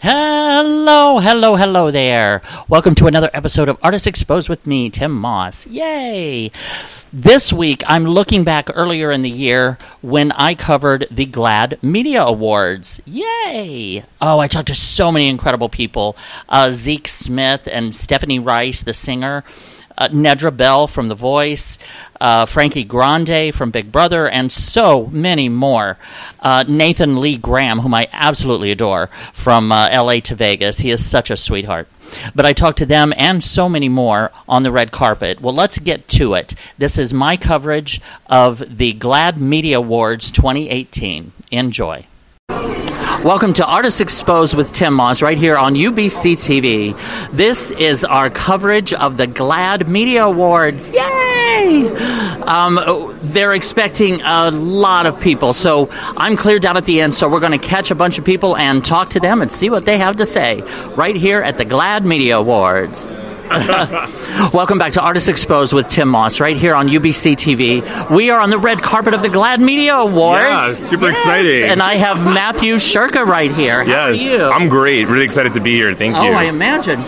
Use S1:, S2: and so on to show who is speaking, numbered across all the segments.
S1: Hello, hello, hello there. Welcome to another episode of Artists Exposed with me, Tim Moss. Yay! This week, I'm looking back earlier in the year when I covered the GLAD Media Awards. Yay! Oh, I talked to so many incredible people uh, Zeke Smith and Stephanie Rice, the singer, uh, Nedra Bell from The Voice, uh, Frankie Grande from Big Brother, and so many more. Uh, Nathan Lee Graham, whom I absolutely adore, from uh, LA to Vegas. He is such a sweetheart. But I talked to them and so many more on the red carpet. Well, let's get to it. This is my coverage of the GLAD Media Awards 2018. Enjoy. Welcome to Artists Exposed with Tim Moss right here on UBC TV. This is our coverage of the GLAD Media Awards. Yay! Um, oh, they're expecting a lot of people, so I'm cleared down at the end, so we're going to catch a bunch of people and talk to them and see what they have to say right here at the GLAD Media Awards. Welcome back to Artists Exposed with Tim Moss right here on UBC TV. We are on the red carpet of the GLAD Media Awards.
S2: Yeah, super exciting.
S1: And I have Matthew Shirka right here. How are
S2: Yes,
S1: you?
S2: I'm great. Really excited to be here. Thank
S1: Oh,
S2: you.
S1: I imagine.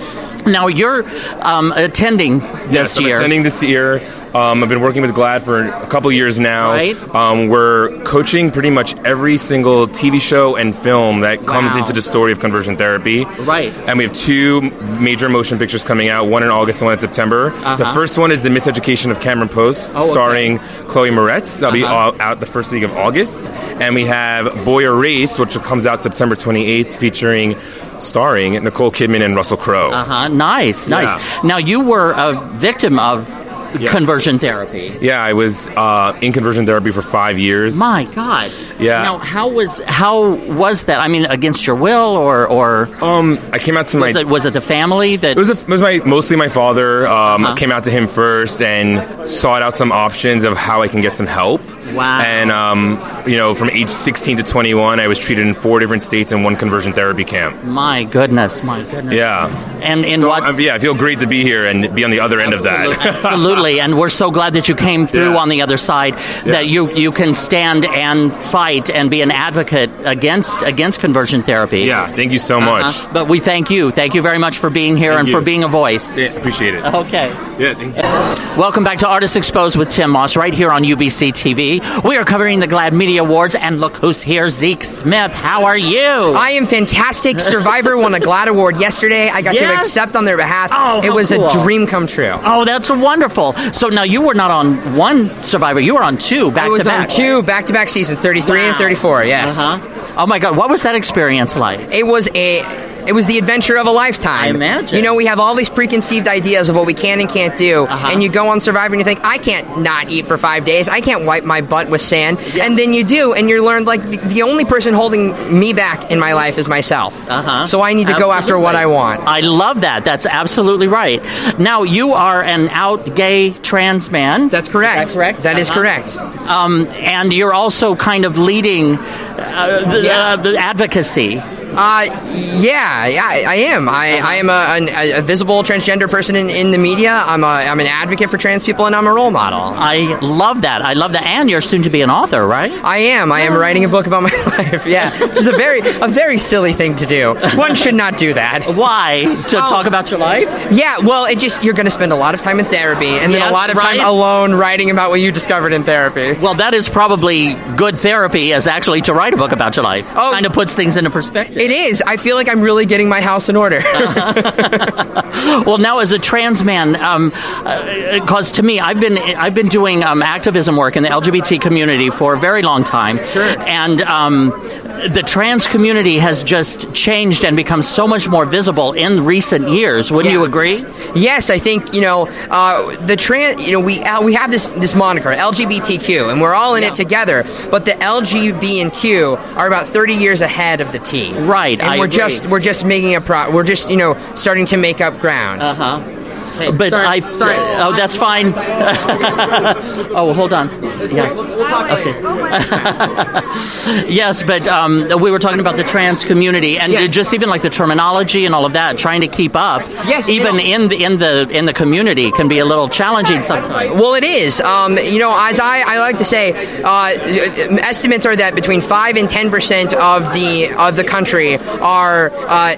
S1: Now you're um, attending
S2: Yes,
S1: this
S2: I'm
S1: year.
S2: attending this year. Um, I've been working with GLAD for a couple years now.
S1: Right.
S2: Um, we're coaching pretty much every single TV show and film that comes
S1: Wow.
S2: into the story of conversion therapy.
S1: Right.
S2: And we have two major motion pictures coming out, one in August and one in September. The
S1: Uh-huh. Oh,
S2: first one is The Miseducation of Cameron Post,
S1: okay.
S2: starring Chloe Moretz. That'll be
S1: Uh-huh.
S2: all out the first week of August. And we have Boy Race, which comes out September 28th, featuring, starring Nicole Kidman and Russell Crowe.
S1: Uh-huh. Nice, nice.
S2: Yeah.
S1: Now you were a victim of
S2: Yes.
S1: conversion therapy.
S2: Yeah, I was uh, in conversion therapy for five years.
S1: My God.
S2: Yeah.
S1: Now how was how was that? I mean, against your will or or
S2: Um, I came out to my.
S1: was it was it the family
S2: it
S1: that Uh-huh.
S2: was, a, it was my mostly my father. Um, I came out to him first and sought out some options of how I can get some help.
S1: Wow.
S2: And um, you know, from age 16 to 21, I was treated in four different states in one conversion therapy camp.
S1: My goodness, my goodness.
S2: Yeah.
S1: And in
S2: So,
S1: what
S2: um, yeah, I feel great to be here and be on the other end of that.
S1: Absolutely, and we're so glad that you came through
S2: Yeah.
S1: on the other side. That
S2: Yeah.
S1: you you can stand and fight and be an advocate against against conversion therapy.
S2: yeah. Thank you so much.
S1: Uh, but we thank you. Thank you very much for being here and
S2: Thank
S1: for
S2: you.
S1: being a voice.
S2: Yeah, appreciate it.
S1: Okay.
S2: Yeah. Thank you.
S1: Welcome back to Artists Exposed with Tim Moss right here on UBC TV. We are covering the GLAD Media Awards, and look who's here, Zeke Smith. How are you?
S3: I am fantastic. Survivor won a GLAD award yesterday. I got to
S1: Yes.
S3: accept on their behalf.
S1: Oh,
S3: it
S1: how
S3: was
S1: cool.
S3: a dream come true.
S1: oh, that's wonderful. So now you were not on one Survivor, you were on two back
S3: I was
S1: to back.
S3: on two back-to-back seasons, 33 and
S1: Wow.
S3: 34. Yes.
S1: Uh-huh. Oh my God, what was that experience like?
S3: It was a it was the adventure of a lifetime.
S1: I imagine.
S3: You know, we have all these preconceived ideas of what we can and can't do,
S1: Uh-huh.
S3: and you go on Survivor and you think, I can't not eat for five days. I can't wipe my butt with sand, and then you do, and you learn like the, the only person holding me back in my life is myself.
S1: Uh-huh.
S3: So I need to go after what I
S1: Absolutely.
S3: want.
S1: I love that. That's absolutely right. Now you are an out gay trans man.
S3: That's correct.
S1: Is that correct?
S3: That is
S1: Uh-huh.
S3: correct.
S1: Um, and you're also kind of leading uh, the, uh, the advocacy.
S3: Uh, yeah, yeah, I, I am. I, I am a, an, a, a visible transgender person in, in the media. I'm a, I'm an advocate for trans people, and I'm a role model.
S1: I love that. I love that. And you're soon to be an author, right? Oh.
S3: I am. I am writing a book about my life. Yeah, which is a very, a very silly thing to do. One should not do that. Oh.
S1: Why? To talk about your life?
S3: Yeah. Well, it just you're going to spend a lot of time in therapy, and then
S1: Yes,
S3: a lot of
S1: right.
S3: time alone writing about what you discovered in therapy.
S1: Well, that is probably good therapy, is actually to write a book about your life.
S3: Oh.
S1: kind of puts things into perspective. Uh-huh.
S3: It is. I feel like I'm really getting my house in order.
S1: Well, now as a trans man, um, because to me, I've been I've been doing um, activism work in the LGBT community for a very long time,
S3: Sure.
S1: and. Um, the trans community has just changed and become so much more visible in recent years. Wouldn't
S3: Yeah.
S1: you agree?
S3: Yes, I think you know uh, the trans. You know, we uh, we have this this moniker LGBTQ, and we're all in
S1: Yeah.
S3: it together. But the LGB and Q are about thirty years ahead of the T.
S1: Right,
S3: and
S1: I
S3: we're
S1: agree.
S3: just we're just making a pro. We're just you know starting to make up ground.
S1: Uh huh.
S3: Hey,
S1: but
S3: sorry,
S1: I.
S3: sorry.
S1: Oh, that's fine. oh, hold on. Yeah. Okay. yes, but um, we were talking about the trans community and
S3: Yes.
S1: just even like the terminology and all of that, trying to keep up.
S3: Yes, you
S1: Even
S3: know-
S1: in the in the in the community can be a little challenging sometimes.
S3: Well, it is. Um, you know, as I, I like to say, uh, estimates are that between five and ten percent of the of the country are uh,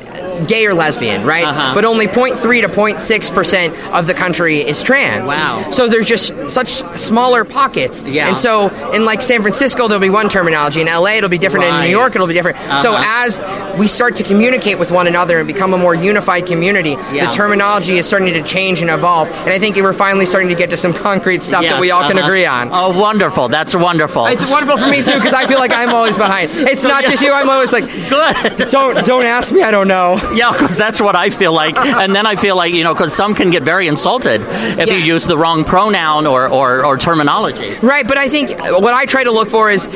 S3: gay or lesbian, right?
S1: Uh-huh.
S3: But only 0.3 to 06 percent of the country is trans.
S1: Wow.
S3: So there's just such smaller pockets.
S1: Yeah.
S3: And so in like San Francisco, there'll be one terminology. In LA, it'll be different. In
S1: Right.
S3: New York, it'll be different. So
S1: Uh-huh.
S3: as we start to communicate with one another and become a more unified community,
S1: Yeah.
S3: the terminology is starting to change and evolve. And I think we're finally starting to get to some concrete stuff
S1: Yes,
S3: that we all can
S1: uh-huh.
S3: agree on.
S1: Oh, wonderful! That's wonderful.
S3: It's wonderful for me too because I feel like I'm always behind. It's not just you. I'm always like,
S1: Good.
S3: don't don't ask me. I don't know.
S1: Yeah, because that's what I feel like, and then I feel like you know, because some can get very insulted if you
S3: Yeah.
S1: use the wrong pronoun or, or, or terminology.
S3: Right, but I think what I try to look for is.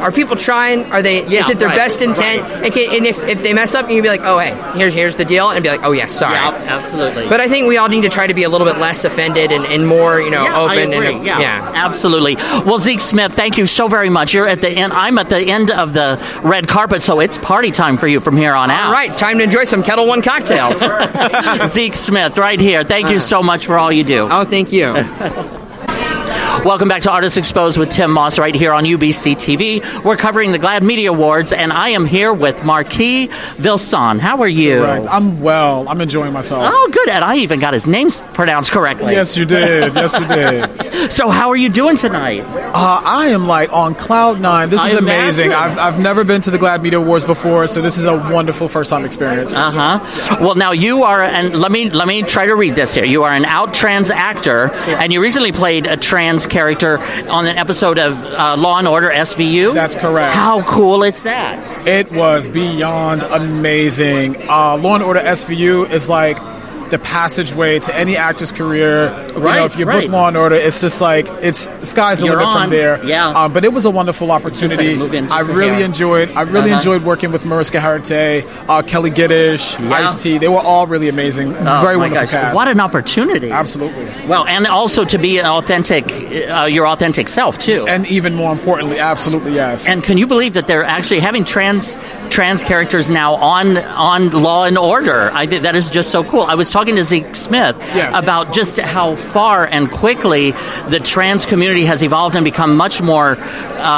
S3: Are people trying? Are they?
S1: Yeah,
S3: is it their
S1: right,
S3: best intent? And, can, and if, if they mess up, you can be like, "Oh, hey, here's here's the deal," and be like, "Oh, yes, sorry."
S1: Yeah, absolutely.
S3: But I think we all need to try to be a little bit less offended and, and more, you know,
S1: Yeah, I
S3: open
S1: agree.
S3: and
S1: yeah, absolutely. Well, Zeke Smith, thank you so very much. You're at the end. I'm at the end of the red carpet, so it's party time for you from here on out.
S3: All right, time to enjoy some Kettle One cocktails.
S1: Zeke Smith, right here. Thank you so much for all you do.
S3: oh, thank you.
S1: Welcome back to Artists Exposed with Tim Moss right here on UBC TV. We're covering the GLAD Media Awards, and I am here with Marquis Vilson. How are you?
S4: Right. I'm well. I'm enjoying myself.
S1: Oh, good. And I even got his name s- pronounced correctly.
S4: Yes, you did. Yes, you did.
S1: So, how are you doing tonight?
S4: Uh, I am like on cloud nine. This
S1: I
S4: is amazing.
S1: imagine.
S4: I've, I've never been to the Glad Media Awards before, so this is a wonderful first time experience.
S1: Uh huh. Well, now you are, and let me let me try to read this here. You are an out trans actor, and you recently played a trans character on an episode of uh, Law and Order SVU.
S4: That's correct.
S1: How cool is that?
S4: It was beyond amazing. Uh, Law and Order SVU is like the passageway to any actor's career. you
S1: Right,
S4: know, if you
S1: right.
S4: book Law and Order, it's just like it's the sky's the
S1: You're
S4: limit
S1: on.
S4: from there.
S1: Yeah.
S4: Um, but it was a wonderful
S1: like
S4: opportunity.
S1: move in just
S4: I
S1: a
S4: really
S1: hair.
S4: enjoyed. I really
S1: Uh-huh.
S4: enjoyed working with Mariska Hargitay, uh, Kelly Giddish, Ice T. They were all really amazing.
S1: Oh,
S4: Very
S1: my
S4: wonderful
S1: gosh.
S4: cast.
S1: What an opportunity!
S4: Absolutely.
S1: Well, and also to be an authentic, uh, your authentic self too.
S4: And even more importantly, absolutely yes.
S1: And can you believe that they're actually having trans trans characters now on on Law and Order? I think that is just so cool. I was talking to Zeke Smith
S4: Yes.
S1: about just how far and quickly the trans community has evolved and become much more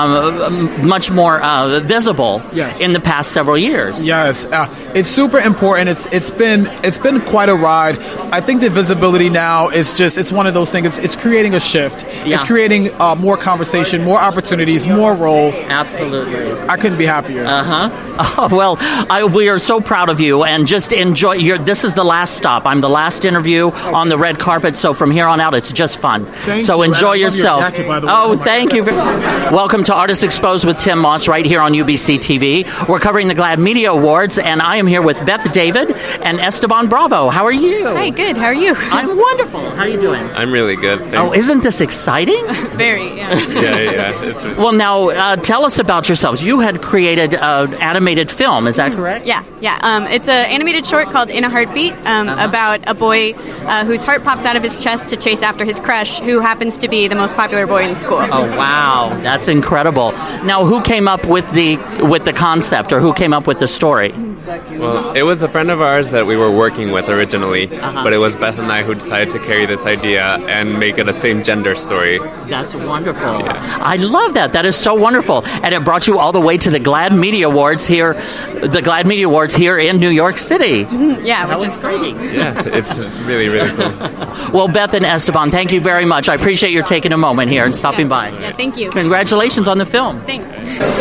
S1: um, much more uh, visible
S4: Yes.
S1: in the past several years.
S4: Yes, uh, it's super important. It's it's been it's been quite a ride. I think the visibility now is just it's one of those things. It's, it's creating a shift.
S1: Yeah.
S4: It's creating uh, more conversation, more opportunities, more roles.
S1: Absolutely.
S4: I couldn't be happier.
S1: Uh-huh. Oh, well, I, we are so proud of you and just enjoy your this is the last stop. I'm the last interview on the red carpet, so from here on out it's just fun.
S4: Thank
S1: so
S4: you, and I
S1: enjoy
S4: love your
S1: yourself.
S4: jacket, by the way.
S1: Oh,
S4: Oh, my
S1: thank you. Welcome to Artists Exposed with Tim Moss right here on UBC TV. We're covering the GLAD Media Awards and I am here with Beth David and Esteban Bravo. How are you?
S5: Hi, good. How are you?
S1: I'm wonderful. How are you doing?
S6: I'm really good.
S1: Oh,
S6: Thanks.
S1: isn't this exciting?
S5: Very, yeah.
S6: yeah, yeah. yeah. It's,
S1: Well, now uh, tell us about yourselves. You had created an animated film, is that correct?
S5: Yeah, yeah. Um, it's an animated short called In a Heartbeat um,
S1: Uh-huh.
S5: about a boy uh, whose heart pops out of his chest to chase after his crush, who happens to be the most popular boy in school.
S1: Oh wow, that's incredible! Now, who came up with the with the concept, or who came up with the story?
S6: well, it was a friend of ours that we were working with originally,
S1: Uh-huh.
S6: but it was Beth and I who decided to carry this idea and make it a same gender story.
S1: That's wonderful. I love that. That is so wonderful, and it brought you all the way to the Glad Media Awards here, the Glad Media Awards here in New York City.
S5: Mm-hmm, yeah,
S1: How
S5: which is
S1: exciting!
S6: Yeah, it's really, really cool.
S1: Well, Beth and Esteban, thank you very much. I appreciate your taking a moment here and stopping by.
S5: Yeah, thank you.
S1: Congratulations on the film.
S5: Thanks.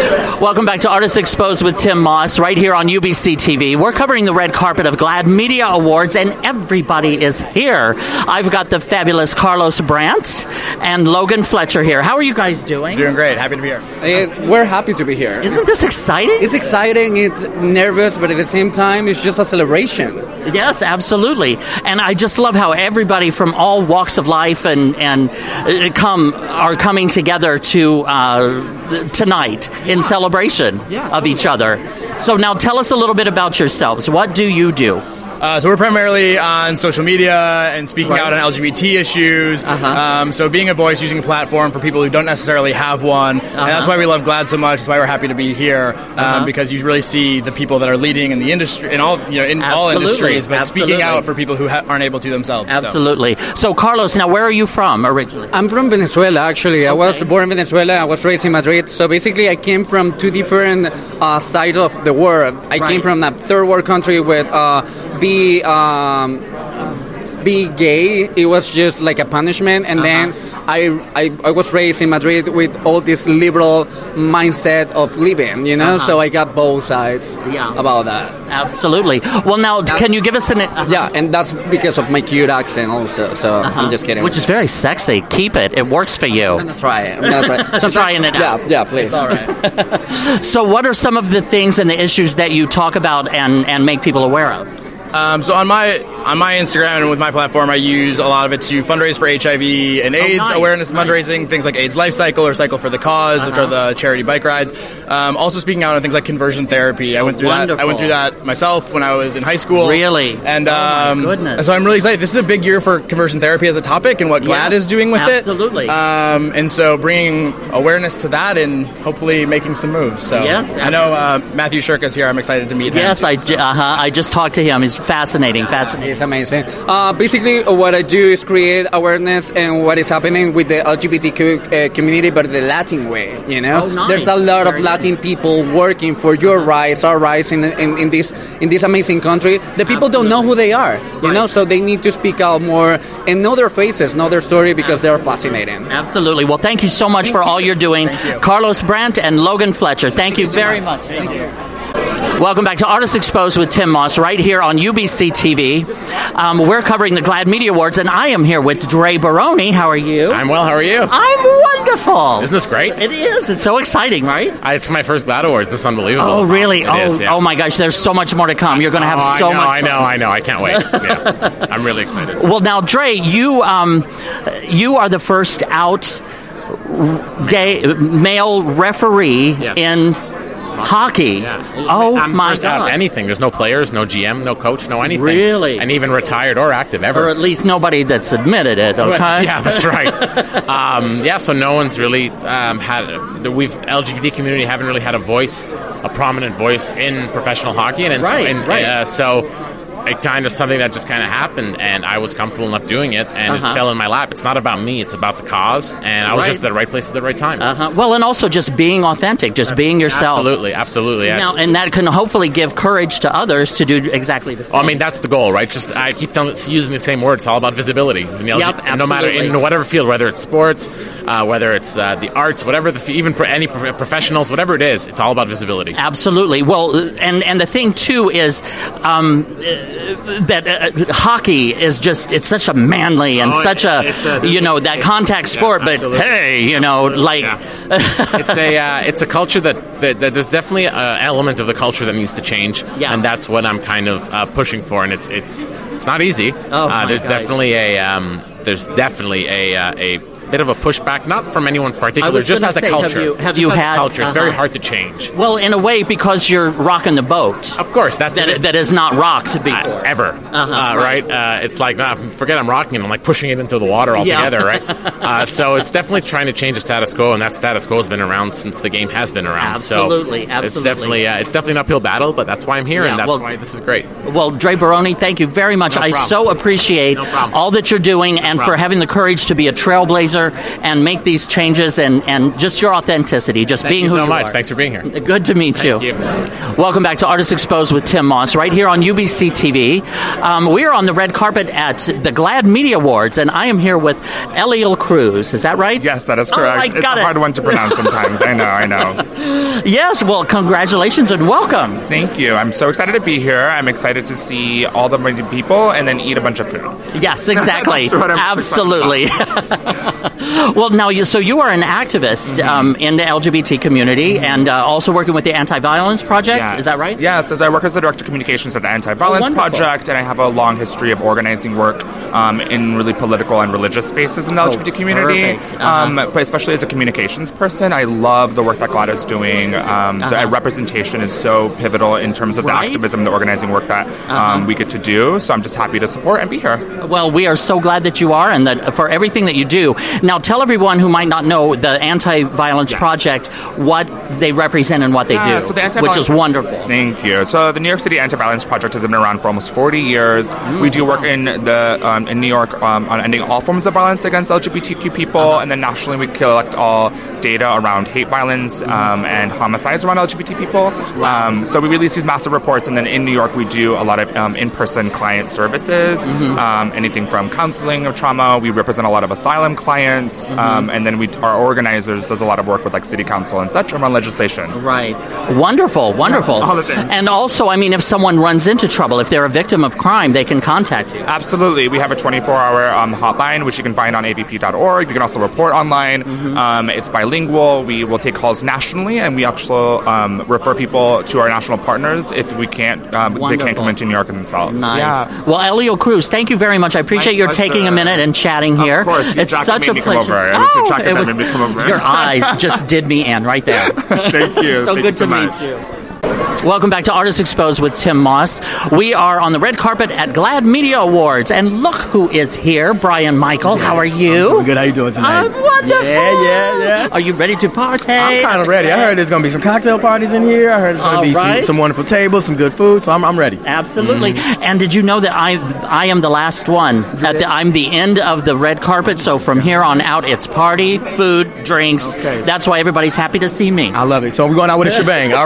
S1: Welcome back to Artists Exposed with Tim Moss, right here on UBC TV. We're covering the red carpet of GLAD Media Awards, and everybody is here. I've got the fabulous Carlos Brandt and Logan Fletcher here. How are you guys doing?
S7: Doing great. Happy to be here.
S8: Uh, We're happy to be here.
S1: Isn't this exciting?
S8: It's exciting, it's nervous, but at the same time, it's just a celebration.
S1: yes, absolutely. And I just love how everybody from all walks of life and and uh, come are coming together to uh, tonight in celebration of each other. So now, tell us a little bit about yourselves. What do you do?
S9: Uh, so we're primarily on social media and speaking out on LGBT issues.
S10: Uh-huh.
S9: Um, so being a voice, using a platform for people who don't necessarily have one, and that's
S10: Uh-huh.
S9: why we love GLAD so much. That's why we're happy to be here um,
S10: Uh-huh.
S9: because you really see the people that are leading in the industry, in all you know, in all
S1: Absolutely.
S9: industries, but
S1: Absolutely.
S9: speaking out for people who ha- aren't able to themselves. so.
S1: Absolutely. So, Carlos, now where are you from originally?
S8: I'm from Venezuela, actually. I was born in Venezuela. I was raised in Madrid. So basically, I came from two different uh, sides of the world. I came
S1: Right.
S8: from a third world country with uh, be um, be gay. It was just like a punishment,
S1: Uh-huh.
S8: and then. I, I, I was raised in Madrid with all this liberal mindset of living, you know?
S1: Uh-huh.
S8: So I got both sides
S1: Yeah.
S8: about that.
S1: Absolutely. Well, now, d- can you give us an. uh,
S8: Yeah, and that's because of my cute accent also, so I'm just kidding.
S1: Uh-huh. Which is very sexy. Keep it. It works for
S8: I'm
S1: you.
S8: gonna try it. I'm gonna try it. Sometimes-
S1: Trying it out.
S8: Yeah, yeah, please. All right.
S1: So, what are some of the things and the issues that you talk about and, and make people aware of?
S9: Um, so on my on my Instagram and with my platform, I use a lot of it to fundraise for HIV and AIDS
S1: Oh, nice,
S9: awareness
S1: nice. Uh-huh.
S9: fundraising, things like AIDS Life Cycle or Cycle for the because which are the charity bike rides. Um, also speaking out on things like conversion therapy. I went through that. I
S1: wonderful.
S9: went through that myself when I was in high school.
S1: Really?
S9: And
S1: Oh my
S9: um,
S1: goodness.
S9: So I'm really excited. This is a big year for conversion therapy as a topic and what GLAD
S1: Yeah,
S9: is doing with
S1: absolutely.
S9: it. Um, and so bringing awareness to that and hopefully making some moves. So
S1: Yes,
S9: I know uh, Matthew Shirka's here. I'm excited to meet him.
S1: Yes, I, ju- uh-huh, I just talked to him. He's fascinating, fascinating.
S8: It's amazing. Uh, basically, what I do is create awareness and what is happening with the LGBTQ uh, community, but the Latin way. You know,
S1: Oh, nice.
S8: there's a lot
S1: Very
S8: of
S1: nice.
S8: Latin people working for your rights, our rights in, in, in this in this amazing country. The people don't know who they are. You know, so they need to speak out more and know their faces, know their story, because they're fascinating.
S1: Absolutely. Well, thank you so much for all you're doing. Carlos Brandt and Logan Fletcher, thank you very much. Thank you. Welcome back to Artists Exposed with Tim Moss, right here on UBC TV. Um, we're covering the GLAD Media Awards, and I am here with Dre Baroni. How are you?
S11: I'm well. How are you?
S1: I'm wonderful.
S11: Isn't this great?
S1: It is. It's so exciting, right?
S11: I- It's my first Glad Awards. This is unbelievable.
S1: Oh, really?
S11: It
S1: oh,
S11: is, yeah.
S1: oh my gosh. There's so much more to come. You're going to have
S11: Oh,
S1: so
S11: I know,
S1: much.
S11: I know. I know. I can't wait. Yeah. I'm really excited.
S1: Well, now, Dre, you um, you are the first out gay male referee
S11: Yes.
S1: in hockey.
S11: Yeah.
S1: Oh
S11: I'm
S1: my
S11: first out of
S1: god!
S11: anything. There's no players, no GM, no coach, no anything.
S1: Really?
S11: And even retired or active ever.
S1: Or at least nobody that's admitted it.
S11: But-
S1: Okay.
S11: Yeah, that's right. um, yeah, so no one's really um, had. the- We've LGBT community haven't really had a voice, a prominent voice in professional hockey, and, and so-
S1: Right,
S11: and,
S1: right.
S11: Uh, so it kind of something that just kind of happened, and I was comfortable enough doing it, and
S1: Uh-huh.
S11: it fell in my lap. It's not about me; it's about the cause, and I was
S1: Right.
S11: just at the right place at the right time.
S1: Uh-huh. Well, and also just being authentic, just being yourself.
S11: Absolutely, absolutely. yes.
S1: Now, and that can hopefully give courage to others to do exactly the same.
S11: Well, I mean, that's the goal, right? Just I keep telling, using the same word. It's all about visibility. And the
S1: Yep,
S11: LG no matter in
S1: absolutely.
S11: whatever field, whether it's sports, uh, whether it's uh, the arts, whatever the f- even pro- any pro- professionals, whatever it is, it's all about visibility.
S1: Absolutely. Well, and and the thing too is um, uh, that uh, hockey is just it's such a manly and
S11: Oh, it-
S1: such
S11: it's
S1: a,
S11: a-
S1: you know that contact sport. but
S11: absolutely.
S1: hey, you know, like
S11: it's a uh, it's a culture that, that, that there's definitely an element of the culture that needs to change,
S1: Yeah.
S11: and that's what I'm kind of uh, pushing for. And it's it's it's not easy.
S1: Oh, my
S11: uh, there's
S1: gosh.
S11: definitely a um, there's definitely a uh, a bit of a pushback, not from anyone in
S1: I
S11: particular,
S1: was
S11: just
S1: gonna
S11: as a
S1: say, have
S11: culture.
S1: you- have
S11: Just
S1: you
S11: as a
S1: had-
S11: culture? It's very
S1: uh-huh.
S11: hard to change.
S1: well, in a way, because you're rocking the boat
S11: Of course, that's
S1: that
S11: it.
S1: that is not rocked
S11: Uh,
S1: before. Uh-huh.
S11: ever, uh, right? Uh, it's like, nah, forget I'm rocking. it. I'm like pushing it into the water
S1: Yeah.
S11: altogether, right? Uh, so it's definitely trying to change the status quo, and that status quo has been around since the game has been around.
S1: Absolutely,
S11: so It's
S1: absolutely.
S11: definitely, uh, it's definitely an uphill battle, but that's why I'm here,
S1: Yeah,
S11: and that's
S1: well-
S11: why this is great.
S1: Well, Dre Baroni, thank you very much.
S11: No
S1: I
S11: problem.
S1: so appreciate
S11: No problem.
S1: all that you're doing and for
S11: problem.
S1: having the courage to be a trailblazer and make these changes and, and just your authenticity, just
S11: Thank
S1: being
S11: you
S1: who
S11: so
S1: you
S11: much.
S1: are.
S11: Thanks for being here.
S1: Good to meet
S11: Thank
S1: you.
S11: you.
S1: Welcome back to Artists Exposed with Tim Moss, right here on UBC TV. Um, we are on the red carpet at the GLAD Media Awards, and I am here with Eliel Cruz. Is that right?
S12: Yes, that is
S1: Oh,
S12: correct.
S1: I
S12: it's
S1: got
S12: a
S1: it.
S12: hard one to pronounce sometimes. I know, I know.
S1: Yes, well, congratulations and welcome.
S12: Thank you. I'm so excited to be here. I'm excited to see all the amazing people and then eat a bunch of food.
S1: Yes, exactly.
S12: That's what I'm-
S1: Absolutely. well, now, you, so you are an activist
S12: Mm-hmm.
S1: um, in the LGBT community and uh, also working with the Anti Violence Project.
S12: Yes.
S1: Is that right?
S12: Yes, as I work as the director of communications at the Anti Violence
S1: Oh, wonderful.
S12: Project, and I have a long history of organizing work um, in really political and religious spaces in the
S1: Oh,
S12: LGBT community.
S1: perfect. Uh-huh.
S12: Um, but especially as a communications person, I love the work that Glad is doing. Um,
S1: Uh-huh.
S12: The representation is so pivotal in terms of
S1: Right? Uh-huh.
S12: the activism, the organizing work that um, we get to do. So I'm just happy to support and be here.
S1: Well, we are so glad that you are and that for everything that you do. Now, tell everyone who might not know the Anti Violence Project what they represent and what they
S12: Yeah,
S1: do,
S12: so the
S1: which is
S12: anti-violence-
S1: wonderful.
S12: Thank you. So the New York City Anti-Violence Project has been around for almost 40 years.
S1: Mm.
S12: we do work in the um, in New York um, on ending all forms of violence against LGBTQ people,
S1: Uh-huh.
S12: and then nationally we collect all data around hate violence
S1: Mm-hmm.
S12: um, and homicides around LGBT people. Um, so we release these massive reports, and then in New York we do a lot of um, in-person client services,
S1: Mm-hmm.
S12: um, anything from counseling of trauma. We represent a lot of asylum clients,
S1: Mm-hmm.
S12: um, and then we our organizers does a lot of work with like city council and such around legislation.
S1: Right. Wonderful, wonderful.
S12: All the things.
S1: And also, I mean, if someone runs into trouble, if they're a victim of crime, they can contact you.
S12: Absolutely. We have a 24 hour um, hotline, which you can find on avp.org. You can also report online.
S1: Mm-hmm.
S12: Um, it's bilingual. We will take calls nationally, and we also um, refer people to our national partners if we can't, um, they
S1: Wonderful.
S12: can't come into New York themselves.
S1: Nice.
S12: Yeah.
S1: Well, Elio Cruz, thank you very much. I appreciate your taking a minute and chatting here. Of
S12: course, you
S1: it's
S12: Jack
S1: such a
S12: made me come
S1: pleasure. Oh,
S12: over. I was- Jack
S1: it
S12: had
S1: was-
S12: made me come over.
S1: your eyes just did me in right there.
S12: Thank you.
S1: so
S12: Thank
S1: good
S12: you so
S1: to
S12: much.
S1: meet you. Welcome back to Artists Exposed with Tim Moss. We are on the red carpet at GLAD Media Awards, and look who is here, Brian Michael. How are you?
S13: good. How you doing tonight?
S1: I'm wonderful.
S13: Yeah, yeah, yeah.
S1: Are you ready to party? I'm
S13: kind of ready. I heard there's gonna be some cocktail parties in here. I heard there's gonna
S1: All
S13: be some,
S1: right.
S13: some wonderful tables, some good food. So I'm, I'm ready. Mm-hmm.
S1: Absolutely. And did you know that I I am the last one? At the, I'm the end of the red carpet, so from here on out, it's party, food, drinks. That's why everybody's happy to see me. I
S13: love it. So we're going out with a shebang, all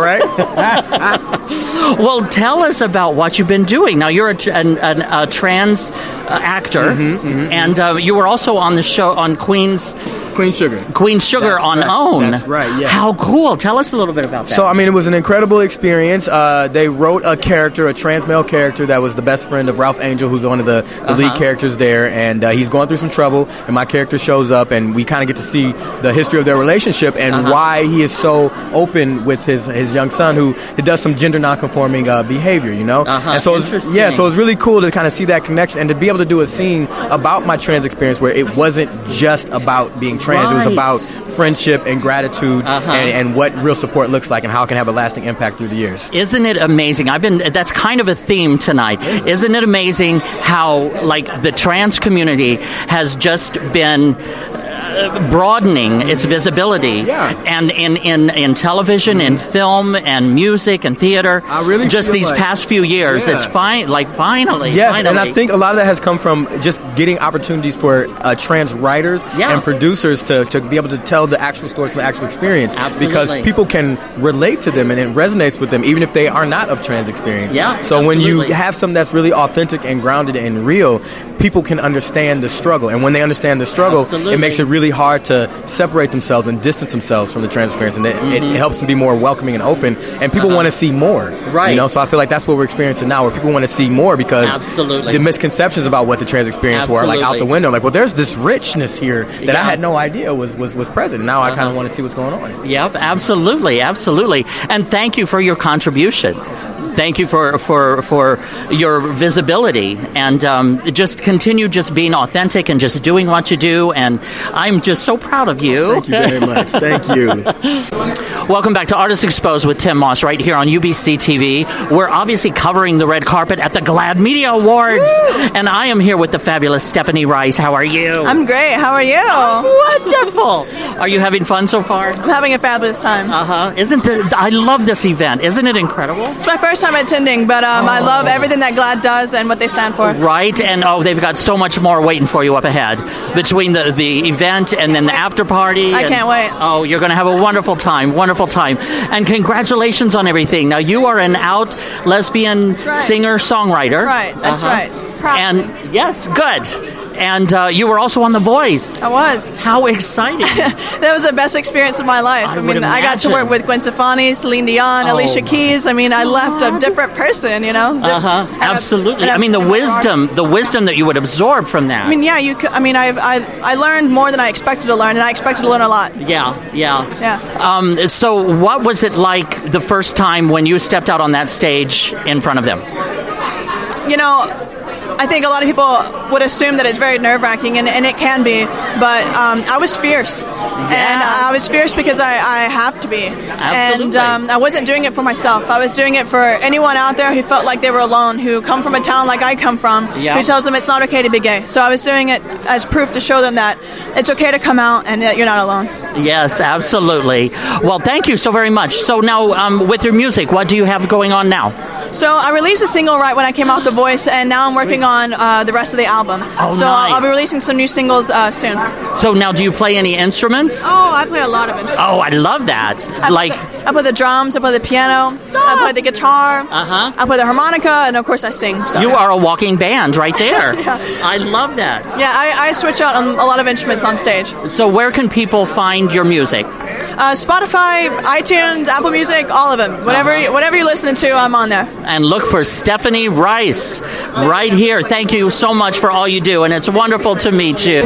S13: right?
S1: well, tell us about what you've been doing. Now, you're a, tr- an, an, a trans uh, actor,
S13: Mm-hmm,
S1: and uh, you were also on the show on Queen's.
S13: Queen Sugar.
S1: Queen Sugar on OWN.
S13: That's right. Yeah.
S1: How cool. Tell us a little bit about that.
S13: So I mean, it was an incredible experience. Uh, they wrote a character, a trans male character that was the best friend of Ralph Angel, who's one of the, the lead
S1: Uh-huh.
S13: characters there, and uh, he's going through some trouble. And my character shows up, and we kind of get to see the history of their relationship and
S1: Uh-huh.
S13: why he is so open with his his young son, who does some gender nonconforming uh, behavior. You know,
S1: Uh-huh.
S13: and so it's-
S1: Interesting.
S13: yeah, so it was really cool to kind of see that connection and to be able to do a scene about my trans experience where it wasn't just about being trans; it was
S1: Right.
S13: about friendship and gratitude
S1: Uh-huh.
S13: and, and what real support looks like and how it can have a lasting impact through the years.
S1: Isn't it amazing? I've been that's kind of a theme tonight. Isn't it amazing how like the trans community has just been uh, broadening its visibility
S13: Yeah. Mm-hmm.
S1: and in in in television in film and music and theater
S13: I really
S1: just
S13: feel
S1: these
S13: like-
S1: past few years
S13: Yeah.
S1: it's fine like finally
S13: Yes,
S1: finally.
S13: and I think a lot of that has come from just getting opportunities for uh, trans writers
S1: Yeah.
S13: and producers to, to be able to tell the actual stories from the actual experience because
S1: Absolutely.
S13: people can relate to them and it resonates with them even if they are not of trans experience.
S1: Yeah,
S13: So when
S1: absolutely.
S13: you have something that's really authentic and grounded and real, people can understand the struggle. And when they understand the struggle,
S1: Absolutely.
S13: it makes it really hard to separate themselves and distance themselves from the trans experience, and it, it
S1: Mm-hmm.
S13: helps them be more welcoming and open. And people want to see more,
S1: Uh-huh. Right.
S13: You know, so I feel like that's what we're experiencing now, where people want to see more because
S1: Absolutely.
S13: the misconceptions about what the trans experience were like out
S1: Absolutely.
S13: the window. Like, well, there's this richness here that
S1: Yeah. Uh-huh.
S13: I had no idea was was was present. Now I kind of want to see what's going on.
S1: Yep, absolutely, absolutely. And thank you for your contribution. Thank you for for for your visibility and um, just continue just being authentic and just doing what you do. And I'm just so proud of you.
S13: Thank you very much. Thank you.
S1: Welcome back to Artists Exposed with Tim Moss right here on UBC TV. We're obviously covering the red carpet at the GLAD Media Awards, and I am here with the fabulous Stephanie Rice. How are you?
S14: I'm great. How are you?
S1: Oh. wonderful. Are you having fun so far?
S14: I'm having a fabulous time.
S1: Uh huh. Isn't the, I love this event? Isn't it incredible?
S14: It's my first time attending, but um,
S1: Oh.
S14: I love everything that GLAD does and what they stand for.
S1: Right, and oh, they've got so much more waiting for you up ahead between the, the event and then the after party.
S14: I
S1: and-
S14: can't wait.
S1: Oh, you're going to have a wonderful time, wonderful time. And congratulations on everything. Now, you are an out lesbian
S14: right.
S1: singer songwriter.
S14: That's right, that's right.
S1: And yes, good. And uh, you were also on The Voice.
S14: I was.
S1: How exciting!
S14: that was the best experience of my life. I, mean,
S1: would
S14: I got to work
S1: imagine.
S14: with Gwen Stefani, Celine Dion,
S1: Oh,
S14: Alicia
S1: my
S14: Keys. I mean, I left a different person, you know?
S1: Uh huh. Absolutely. I mean, the wisdom, the wisdom that you would absorb from that.
S14: I mean, yeah, you. c- I mean, I've, I I learned more than I expected to learn, and I expected to learn a lot.
S1: yeah, yeah.
S14: Yeah.
S1: Um, so, what was it like the first time when you stepped out on that stage in front of them?
S14: You know, I think a lot of people would assume that it's very nerve wracking, and, and it can be. But um, I was fierce, and I was fierce because I, I have to be. And
S15: Absolutely.
S14: um, I wasn't doing it for myself. I was doing it for anyone out there who felt like they were alone, who come from a town like I come from,
S15: Yeah.
S14: who tells them it's not okay to be gay. So I was doing it as proof to show them that it's okay to come out and that you're not alone.
S1: Yes, absolutely. Well, thank you so very much. So, now um, with your music, what do you have going on now?
S14: So I released a single right when I came off The Voice, and now I'm working on uh, the rest of the album.
S1: Oh,
S14: so
S1: nice.
S14: I'll be releasing some new singles uh, soon. Oh,
S1: So, now do you play any instruments?
S14: I play a lot of instruments.
S1: Oh, I love that. Like,
S14: I play the drums, I play the piano, I play the guitar,
S1: Uh-huh.
S14: I play the harmonica, and of course I sing. So.
S1: you are a walking band right there.
S14: Yeah.
S1: I love that.
S14: Yeah, I, I switch out on a lot of instruments on stage.
S1: So, where can people find your music?
S14: Uh, Spotify, iTunes, Apple Music, all of them. Whatever,
S1: Uh-huh.
S14: you- whatever you're listening to, I'm on there.
S1: and look for Stephanie Rice right here. Thank you so much for all you do, and it's wonderful to meet you.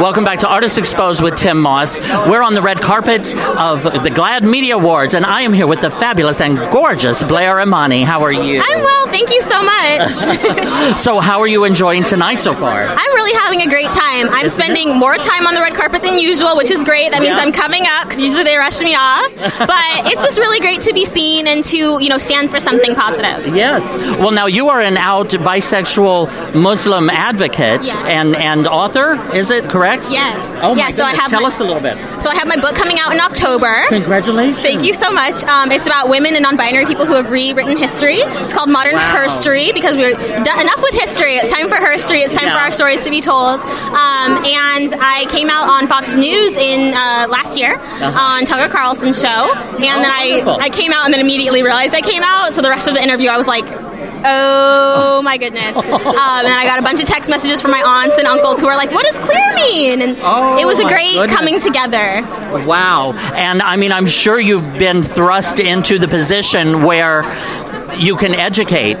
S1: Welcome back to Artists Exposed with Tim Moss. We're on the red carpet of the GLAD Media Awards, and I am here with the fabulous and gorgeous Blair Imani. How are you?
S15: I'm well, thank you so much.
S1: so, how are you enjoying tonight so far?
S15: I'm really having a great time. I'm spending more time on the red carpet than usual, which is great. That means
S16: Yeah.
S15: I'm coming up because usually they rush me off. But it's just really great to be seen and to you know stand for something positive.
S1: Yes. Well, now you are an out bisexual Muslim advocate and, and author, is it correct?
S15: Yes.
S1: Oh, my
S15: Yeah, so I
S1: goodness.
S15: have
S1: Tell
S15: my-
S1: us a little bit.
S15: So I have my book coming out in October.
S1: Congratulations.
S15: Thank you so much. Um, it's about women and non-binary people who have rewritten history. It's called Modern
S16: Wow.
S15: Herstory because we're done, enough with history. It's time for herstory. It's time for
S16: Yeah.
S15: our stories to be told. Um, and I came out on Fox News in uh, last year on Tucker Carlson's show, and then
S16: Uh-huh. wonderful.
S15: I I came out and then immediately realized I came
S5: Oh,
S15: out. So the rest of the interview, I was like. Oh my goodness! Um, and I got a bunch of text messages from my aunts and uncles who are like, "What does queer mean?" And
S16: Oh
S15: it was a
S1: Oh my
S15: great
S1: goodness.
S15: coming together.
S1: Wow. And I mean, I'm sure you've been thrust into the position where you can educate.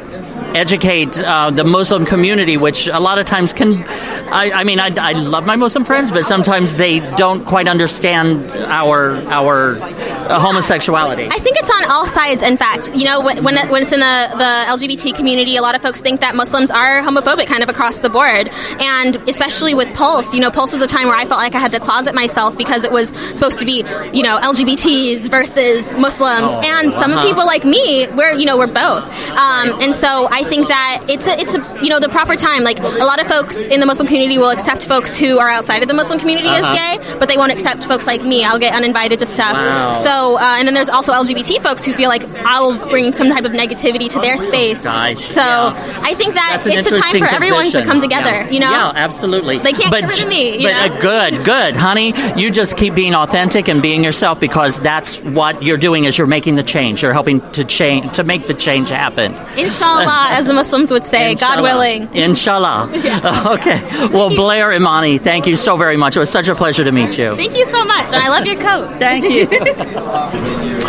S1: Educate uh, the Muslim community, which a lot of times can. I, I mean, I, I love my Muslim friends, but sometimes they don't quite understand our our uh, homosexuality.
S15: I think it's on all sides. In fact, you know, when when it- when it's in the the LGBT community, a lot of folks think that Muslims are homophobic, kind of across the board, and especially with Pulse. You know, Pulse was a time where I felt like I had to closet myself because it was supposed to be, you know, LGBTs versus Muslims,
S16: Oh,
S15: and some
S16: uh-huh.
S15: people like me, we're you know we're both, um, and so I think that it's a it's a you know the proper time. Like a lot of folks in the Muslim community will accept folks who are outside of the Muslim community
S16: Uh-huh.
S15: as gay, but they won't accept folks like me. I'll get uninvited to stuff.
S16: Wow.
S15: So so, uh, and then there's also LGBT folks who feel like I'll bring some type of negativity to their space.
S1: gosh,
S15: so I think that
S1: That's an
S15: it's a time for
S1: interesting
S15: everyone to
S1: position.
S15: come together.
S1: Yeah.
S15: You know,
S1: Yeah, absolutely.
S15: They can't get rid of me, you
S1: but,
S15: know?
S1: uh, good, good, honey. You just keep being authentic and being yourself because that's what you're doing. Is you're making the change. You're helping to change to make the change happen.
S15: inshallah, as the Muslims would say, God willing.
S1: Inshallah. Okay. Well, Blair Imani, thank you so very much. It was such a pleasure to meet you.
S15: Thank you so much, and I love your coat.
S1: Thank you.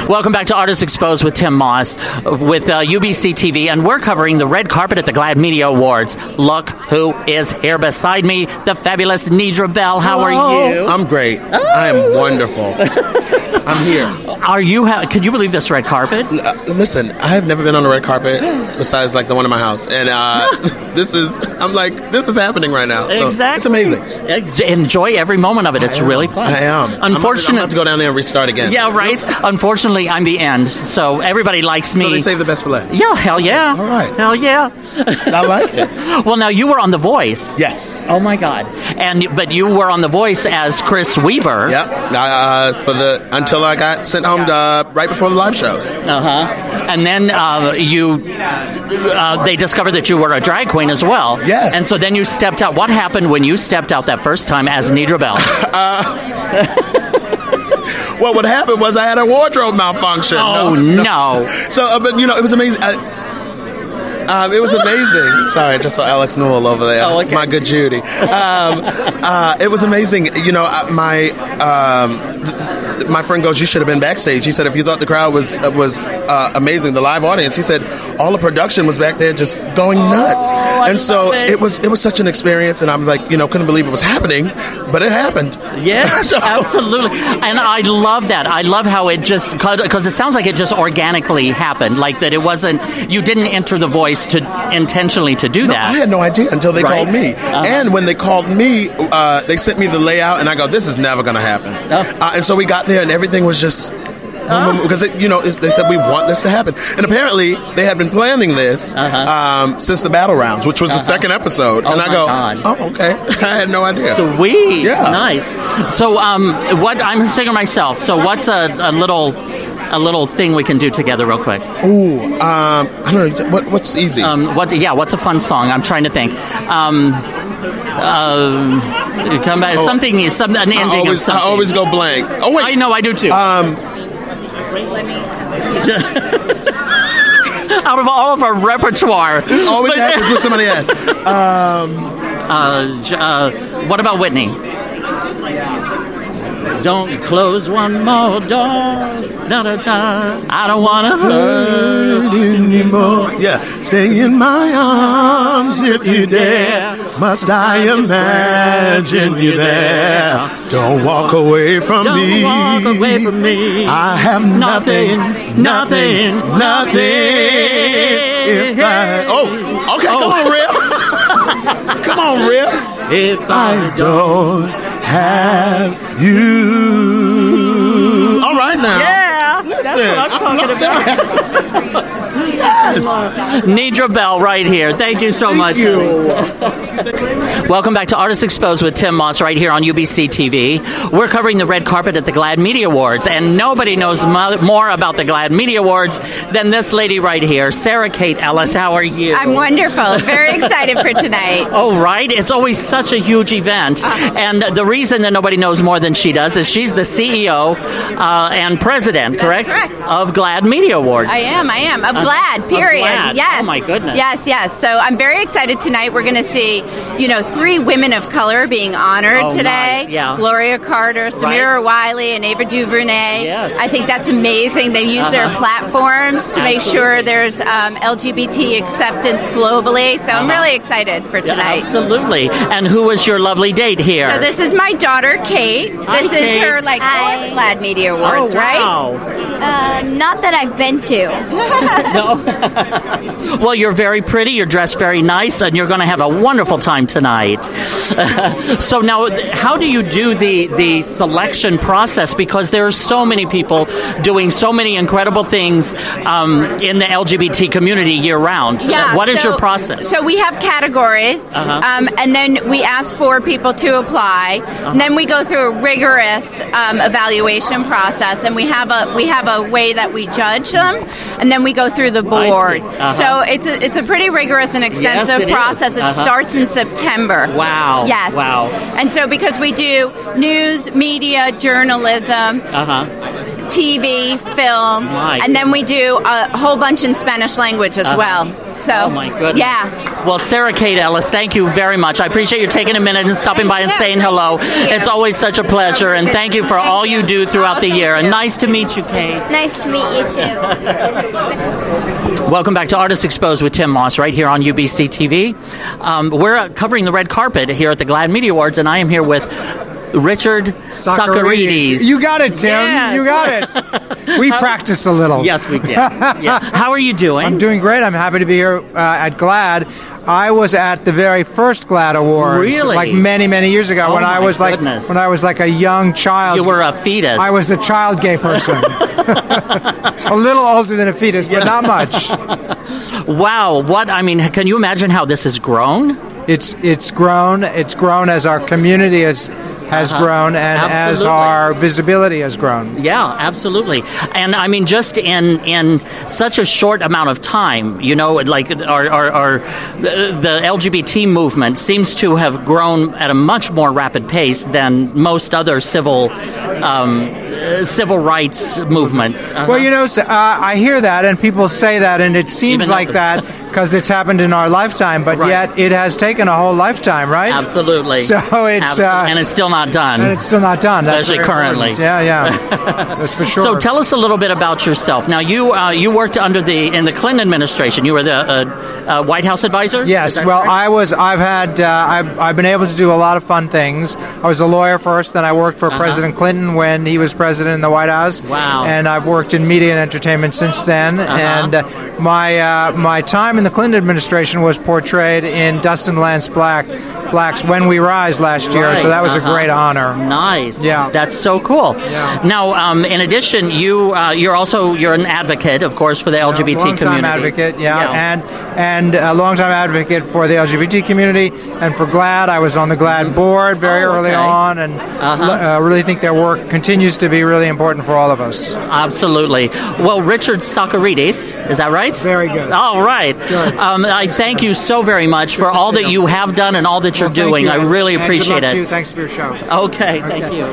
S1: Welcome back to Artists Exposed with Tim Moss uh, with uh, UBC TV, and we're covering the red carpet at the GLAD Media Awards. Look who is here beside me, the fabulous Nidra Bell. How are you? Oh.
S17: I'm great. I am wonderful. I'm here. uh,
S1: Are you? Ha- could you believe this red carpet?
S17: listen, I have never been on a red carpet besides like the one in my house, and uh, this is. I'm like, this is happening right now. So It's amazing.
S1: Ex- Enjoy every moment of it. It's really fun.
S17: I am.
S1: Unfortunately,
S17: I'm gonna- I'm gonna have to go down there and restart again.
S1: Yeah, right. Unfortunately, I'm the end, so everybody likes me.
S17: So they save the best for last.
S1: Yeah, hell yeah. All right. Hell yeah. I
S17: like it.
S1: Well, now you were on The Voice.
S17: Yes.
S1: Oh my God. And but you were on The Voice as Chris Weaver.
S17: Yep. Uh, for the until I got sent home uh, right before the live shows.
S1: Uh huh. And then uh, you, uh, they discovered that you were a drag queen as well. Yes. And so then you stepped out. What happened when you stepped out that first time as Nidra Bell?
S17: Well, what happened was I had a wardrobe malfunction.
S1: Oh, no.
S17: So, uh, but you know, it was amazing. I, Um, it was amazing. Sorry, I just saw Alex Newell over there.
S16: Oh, okay.
S17: My good Judy. Um, uh, it was amazing. You know, uh, my um, th- th- my friend goes, "You should have been backstage." He said, "If you thought the crowd was uh, was uh, amazing, the live audience," he said, "all the production was back there just going nuts." and so it. was it was such an experience, and I'm like, you know, couldn't believe it was happening, but it happened.
S1: Yes, absolutely. And I love that. I love how it just because it sounds like it just organically happened, like that it wasn't you didn't enter the voice to intentionally to do that.
S17: I had no idea until they
S1: Right.
S17: called me. And when they called me, uh, they sent me the layout, and I go, "This is never going to happen." Uh, and so we got there, and everything was just um, because it you know it's- they said we want this to happen, and apparently they had been planning this um, since the battle rounds, which was the second episode. and I
S1: my
S17: go,
S1: God.
S17: "Oh, okay." I had no idea.
S1: Sweet,
S17: Yeah.
S1: nice. So, um, what I'm a singer myself. So, what's a, a little a little thing we can do together, real quick?
S17: Ooh, um, I don't know. What, what's easy?
S1: Um, what? Yeah, what's a fun song? I'm trying to think. Um, uh, come back.
S17: Oh.
S1: something. Some an
S17: I
S1: ending
S17: always-
S1: of
S17: I
S1: something.
S17: always go blank. Oh wait,
S1: I know. I do too.
S17: Um,
S1: out of all of our repertoire,
S17: This always happens with somebody else.
S1: Um, uh, J- uh, what about Whitney? Don't close one more door, not a time. I don't wanna hurt
S17: anymore. Yeah, stay in my arms if you dare. Must I imagine you there? Don't walk away from
S16: Don't
S17: me.
S16: walk
S1: away from me.
S17: I have nothing, nothing, nothing. If I oh, okay, come on, riffs. come on, riffs.
S1: If
S17: I don't have you. All right now.
S1: Yeah, that's
S17: Listen,
S1: what I'm
S17: I
S1: talking
S17: love
S1: about. Nidra Bell, right here. Thank you so much. Welcome back to Artists Exposed with Tim Moss, right here on UBC TV. We're covering the red carpet at the GLAAD Media Awards, and nobody knows mo- more about the GLAAD Media Awards than this lady right here, Sarah Kate Ellis. How are you?
S18: I'm wonderful. Very excited for tonight.
S1: Oh, right. It's always such a huge event.
S18: Uh-huh.
S1: And the reason that nobody knows more than she does is she's the CEO uh, and president, correct?
S18: correct.
S1: Of GLAAD Media Awards.
S18: I am. I am. Of
S1: Uh,
S18: glad.
S1: of
S18: Period.
S1: GLAAD.
S18: Yes.
S1: Oh, my goodness.
S18: Yes. Yes. So I'm very excited tonight. We're going to see, you know, three women of color being honored
S19: Oh,
S18: today.
S19: nice. Yeah.
S18: Gloria Carter, Samira Wiley, and Ava DuVernay.
S19: Yes.
S18: I think that's amazing. They use their
S19: Uh-huh.
S18: platforms to make sure
S19: Absolutely.
S18: there's um, LGBT acceptance globally. So I'm really excited for
S1: Yeah,
S18: tonight.
S1: absolutely. And who was your lovely date here?
S18: So this is my daughter Kate.
S1: Hi,
S18: this
S1: Kate.
S18: is her like fourth Glad Media Awards,
S1: Oh, wow.
S18: right? Um, not that I've been to.
S1: Well, you're very pretty, you're dressed very nice, and you're going to have a wonderful time tonight. so now, th- how do you do the, the selection process? Because there are so many people doing so many incredible things um, in the LGBT community year round.
S18: Yeah.
S1: what is
S18: so-
S1: your process?
S18: So we have categories,
S1: Uh-huh.
S18: um, and then we ask for people to apply.
S1: Uh-huh.
S18: And then we go through a rigorous um, evaluation process, and we have a we have a way that we judge them, and then we go through the
S19: I see.
S18: board.
S19: Uh-huh.
S18: So it's a, it's a pretty rigorous and extensive
S19: it is.
S18: process. It
S19: Uh-huh.
S18: starts in September.
S1: Wow.
S18: Yes.
S1: Wow.
S18: And so because we do news, media, journalism,
S1: Uh huh.
S18: TV, film,
S1: My
S18: and then we do a whole bunch in Spanish language as
S1: Uh-huh.
S18: well. So,
S1: Oh, my goodness.
S18: yeah.
S1: Well, Sarah Kate Ellis, thank you very much. I appreciate you taking a minute and stopping by and saying hello. It's always such a pleasure, and thank you for all you do throughout the year. And nice to meet you, Kate.
S19: Nice to meet you too.
S1: Welcome back to Artists Exposed with Tim Moss, right here on UBC TV. Um, we're uh, covering the red carpet here at the GLAAD Media Awards, and I am here with Richard Socarides.
S20: You got it, Tim. You got it. We practiced a little.
S1: Yes, we did. Yeah. How are you doing?
S20: I'm doing great. I'm happy to be here uh, at GLAD. I was at the very first GLAD Awards,
S1: Really?
S20: like many, many years ago,
S1: Oh,
S20: when I
S1: my
S20: was like
S1: goodness.
S20: when I was like a young child.
S1: You were a fetus.
S20: I was a child gay person, a little older than a fetus, but not much.
S1: Wow, what I mean, can you imagine how this has grown?
S20: It's it's grown. It's grown as our community has has
S1: Uh-huh.
S20: grown and as
S1: Absolutely.
S20: our visibility has grown.
S1: Yeah, absolutely. And I mean, just in in such a short amount of time, you know, like our, our, our the the LGBT movement seems to have grown at a much more rapid pace than most other civil um, uh, civil rights movements. Uh-huh.
S20: Well, you know, s- uh, I hear that, and people say that, and it seems
S1: Even
S20: like
S1: though-
S20: that because it's happened in our lifetime, but yet it has taken a whole lifetime, right?
S1: Absolutely.
S20: So it's
S1: Absolutely.
S20: uh,
S1: and it's still not done.
S20: and it's still not done, That's
S1: especially
S20: very
S1: currently.
S20: important. Yeah, yeah, that's for sure.
S1: So tell us a little bit about yourself. Now you uh, you worked under the in the Clinton administration. You were the uh, uh, White House advisor.
S20: Yes. Well, I was. I've had. Uh, I've, I've been able to do a lot of fun things. I was a lawyer first. Then I worked for
S1: Uh-huh.
S20: President Clinton when he was president in the White House.
S1: Wow. Uh-huh.
S20: And I've worked in media and entertainment since then. And uh, my uh, my time in the Clinton administration was portrayed in Dustin Lance Black Black's When We Rise last year. So
S1: Right,
S20: that was
S1: uh-huh.
S20: a great honor.
S1: Nice. Yeah. That's so cool. Now, um, in addition, you uh, you're also you're an advocate, of course, for the LGBT
S20: longtime
S1: community.
S20: advocate, yeah, and and a longtime advocate for the LGBT community and for GLAD. I was on the GLAD board very
S1: Oh,
S20: early
S1: okay.
S20: on, and
S1: Uh-huh.
S20: uh, really think their work continues to be really important for all of us.
S1: Absolutely. Well, Richard Sakarides, is that right? Very good. All right. Um, I thank you so very much for all that you have done and all that you're
S20: Thank
S1: doing.
S20: you,
S1: I really
S20: and good
S1: appreciate
S20: luck to you.
S1: it.
S20: Thanks for your show.
S1: Okay, thank you.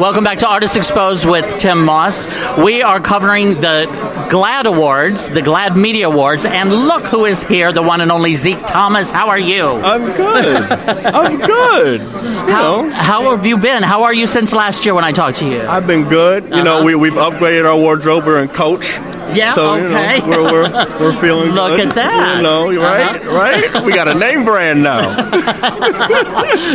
S1: Welcome back to Artists Exposed with Tim Moss. We are covering the GLAD Awards, the GLAD Media Awards, and look who is here, the one and only Zeke Thomas. How are you? I'm
S16: good. I'm good.
S1: How, how have you been? How are you since last year when I talked to you? Uh-huh.
S16: I've been good. You know, we, we've upgraded our wardrobe. We're in Coach.
S1: Yeah,
S16: so, you know,
S1: okay.
S16: we're, we're, we're feeling
S1: Look
S16: good.
S1: at that.
S16: You know, you're right?
S1: Uh-huh.
S16: Right? We got a name brand now.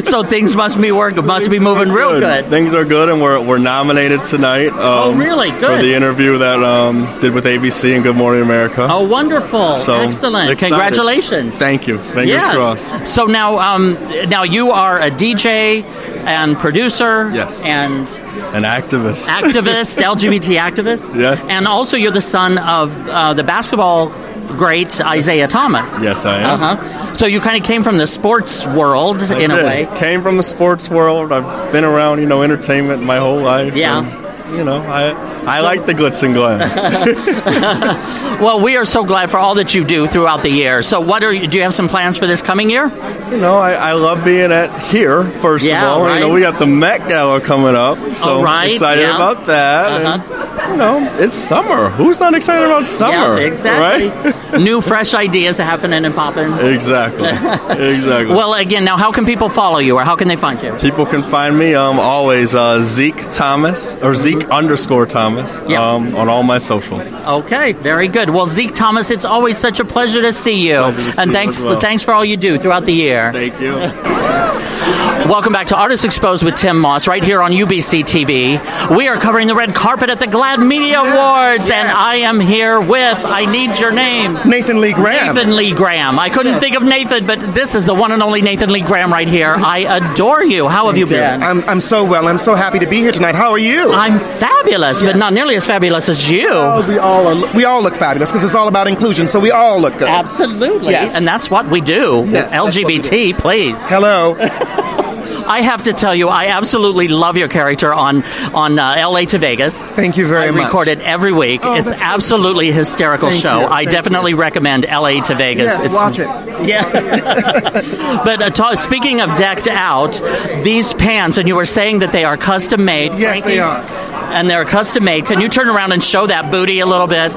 S1: so things must be working, must be moving real good.
S16: Things are good, and we're, we're nominated tonight. Um, oh,
S1: really? Good.
S16: For the interview that um, did with ABC and Good Morning America.
S1: Oh, wonderful.
S16: So,
S1: Excellent.
S16: excited.
S1: Congratulations.
S16: Thank you. Fingers
S1: yes.
S16: crossed.
S1: So now, um, now you are a DJ and producer.
S16: Yes.
S1: And
S16: An activist.
S1: activist, LGBT activist.
S16: Yes.
S1: And also, you're the son of uh, the basketball great Isaiah Thomas.
S16: Yes, I am.
S1: Uh-huh. So you kind of came from the sports world
S16: I
S1: in a
S16: did.
S1: way.
S16: Came from the sports world. I've been around, you know, entertainment my whole life.
S1: Yeah.
S16: and, you know, I I like the glitz and glam.
S1: Well, we are so glad for all that you do throughout the year. So, what are you? Do you have some plans for this coming year?
S16: you know, I, I love being at here. First
S1: Yeah,
S16: of all, you know,
S1: right.
S16: we got the Met Gala coming up, so
S1: All right,
S16: excited
S1: yeah. Uh-huh.
S16: about that. And, you know, it's summer. Who's not excited about summer?
S1: Yeah, exactly. New, fresh ideas happening and popping.
S16: Right? Exactly. exactly.
S1: Well, again, now how can people follow you, or how can they find you?
S16: People can find me um, always uh, Zeke Thomas or Zeke underscore Thomas um, on all my socials.
S1: Okay, very good. Well, Zeke Thomas, it's always such a pleasure to see you,
S16: see
S1: and
S16: you
S1: thanks
S16: as well.
S1: thanks for all you do throughout the year.
S16: Thank you.
S1: Welcome back to Artists Exposed with Tim Moss, right here on UBC TV. We are covering the red carpet at the GLAD Media Awards, and I am here with, I need your name.
S21: Nathan Lee Graham.
S1: Nathan Lee Graham. I couldn't think of Nathan, but this is the one and only Nathan Lee Graham right here. I adore you. How have you been?
S21: I'm, I'm so well. I'm so happy to be here tonight. How are you?
S1: I'm fabulous, but not nearly as fabulous as you.
S21: Oh, we all are, we all look fabulous because it's all about inclusion. So we all look good.
S1: Absolutely.
S21: Yes.
S1: And that's what we do.
S21: Yes, that's what we
S1: LGBT, please.
S21: Hello.
S1: I have to tell you, I absolutely love your character on on uh, LA to Vegas.
S21: Thank you very
S1: I
S21: much.
S1: record it every week.
S21: Oh,
S1: it's
S21: that's so good.
S1: absolutely hysterical
S21: Thank
S1: show.
S21: you,
S1: I
S21: thank
S1: definitely recommend LA to Vegas.
S21: Yes,
S1: it's
S21: watch it.
S1: But uh, ta speaking of decked out, these pants, and you were saying that they are custom made. Yes,
S21: they are.
S1: And they're custom made. Can you turn around and show that booty a little bit?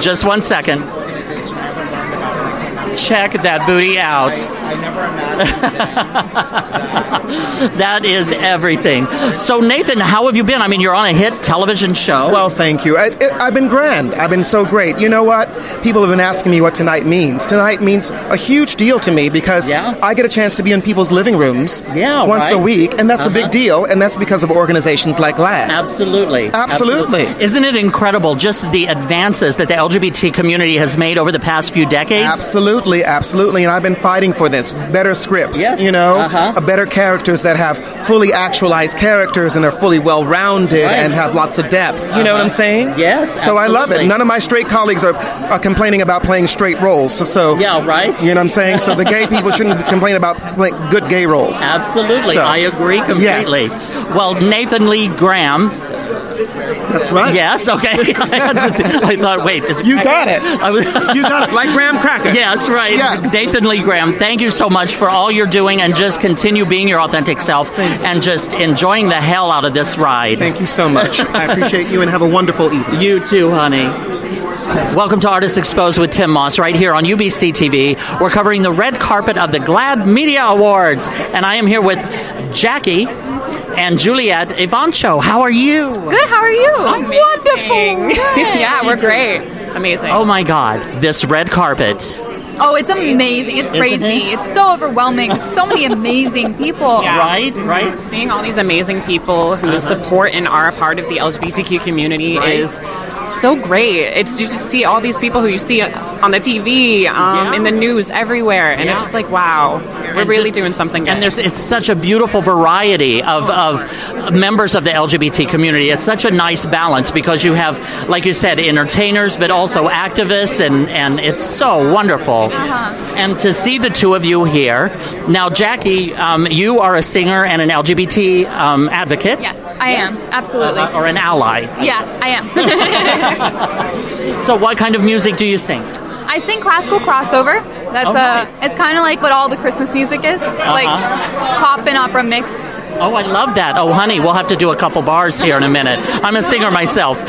S1: Just one second. Check that booty out. that is everything. So, Nathan, how have you been? I mean, you're on a hit television show.
S21: Well, thank you. I, I, I've been grand. I've been so great. You know what? People have been asking me what tonight means. Tonight means a huge deal to me because I get a chance to be in people's living rooms
S1: yeah,
S21: once a
S1: right.
S21: week, and that's a
S1: Uh-huh.
S21: big deal. And that's because of organizations like GLAD.
S1: Absolutely.
S21: Absolutely.
S1: Isn't it incredible just the advances that the LGBT community has made over the past few decades?
S21: Absolutely, absolutely. And I've been fighting for this. Better scripts,
S1: Yes. Uh-huh.
S21: you know, uh better characters that have fully actualized characters and are fully well rounded
S1: Right. Uh-huh.
S21: and have lots of depth. You know what I'm saying?
S1: Yes.
S21: So I love it.
S1: absolutely.
S21: None of my straight colleagues are, are complaining about playing straight roles. So, so
S1: yeah, right.
S21: You know what I'm saying? So the gay people shouldn't complain about like good gay roles.
S1: Absolutely.
S21: So-
S1: I agree completely.
S21: Yes.
S1: Well, Nathan Lee Graham,
S21: That's right.
S1: Yes. Okay. I, had to think- I thought, wait, is it
S21: You
S1: cracker?
S21: got it.
S1: I was-
S21: You got it. Like graham crackers.
S1: Yeah, that's right. Nathan Lee Graham, thank you so much for all you're doing, and just continue being your authentic self, and just enjoying the hell out of this ride.
S22: Thank you so much. I appreciate you and have a wonderful evening.
S1: You too, honey. Welcome to Artists Exposed with Tim Moss right here on UBC TV. We're covering the red carpet of the GLAD Media Awards, and I am here with Jackie and Juliet Ivancho. How are you?
S23: Good. How are you? Wonderful. yeah, we're great. Amazing.
S1: Oh my God, this red carpet.
S23: Oh, it's amazing. It's
S1: Isn't
S23: crazy.
S1: it?
S23: It's so overwhelming. So many amazing people.
S1: Right, right.
S24: Seeing all these amazing people
S5: Uh-huh.
S24: who support and are a part of the LGBTQ community
S23: Right.
S24: is so great. It's you just see all these people who you see on the TV, um, in the news, everywhere, and it's
S1: Yeah.
S24: just like, wow, we're really doing something good.
S1: And there's it's such a beautiful variety of, of members of the LGBT community. It's such a nice balance because you have, like you said, entertainers, but also activists, and, and it's so wonderful.
S24: Uh-huh.
S1: And to see the two of you here. Now, Jackie, um, you are a singer and an LGBT um, advocate. Yes,
S23: I am. Absolutely.
S1: Uh, or an ally.
S23: Yeah, I am.
S1: So, what kind of music do you sing?
S23: I sing classical crossover. That's
S1: Oh,
S23: uh
S1: nice.
S23: it's kind of like what all the Christmas music is. It's like
S1: Uh-huh.
S23: pop and opera mixed.
S1: Oh, I love that. Oh, honey, we'll have to do a couple bars here in a minute. I'm a singer myself.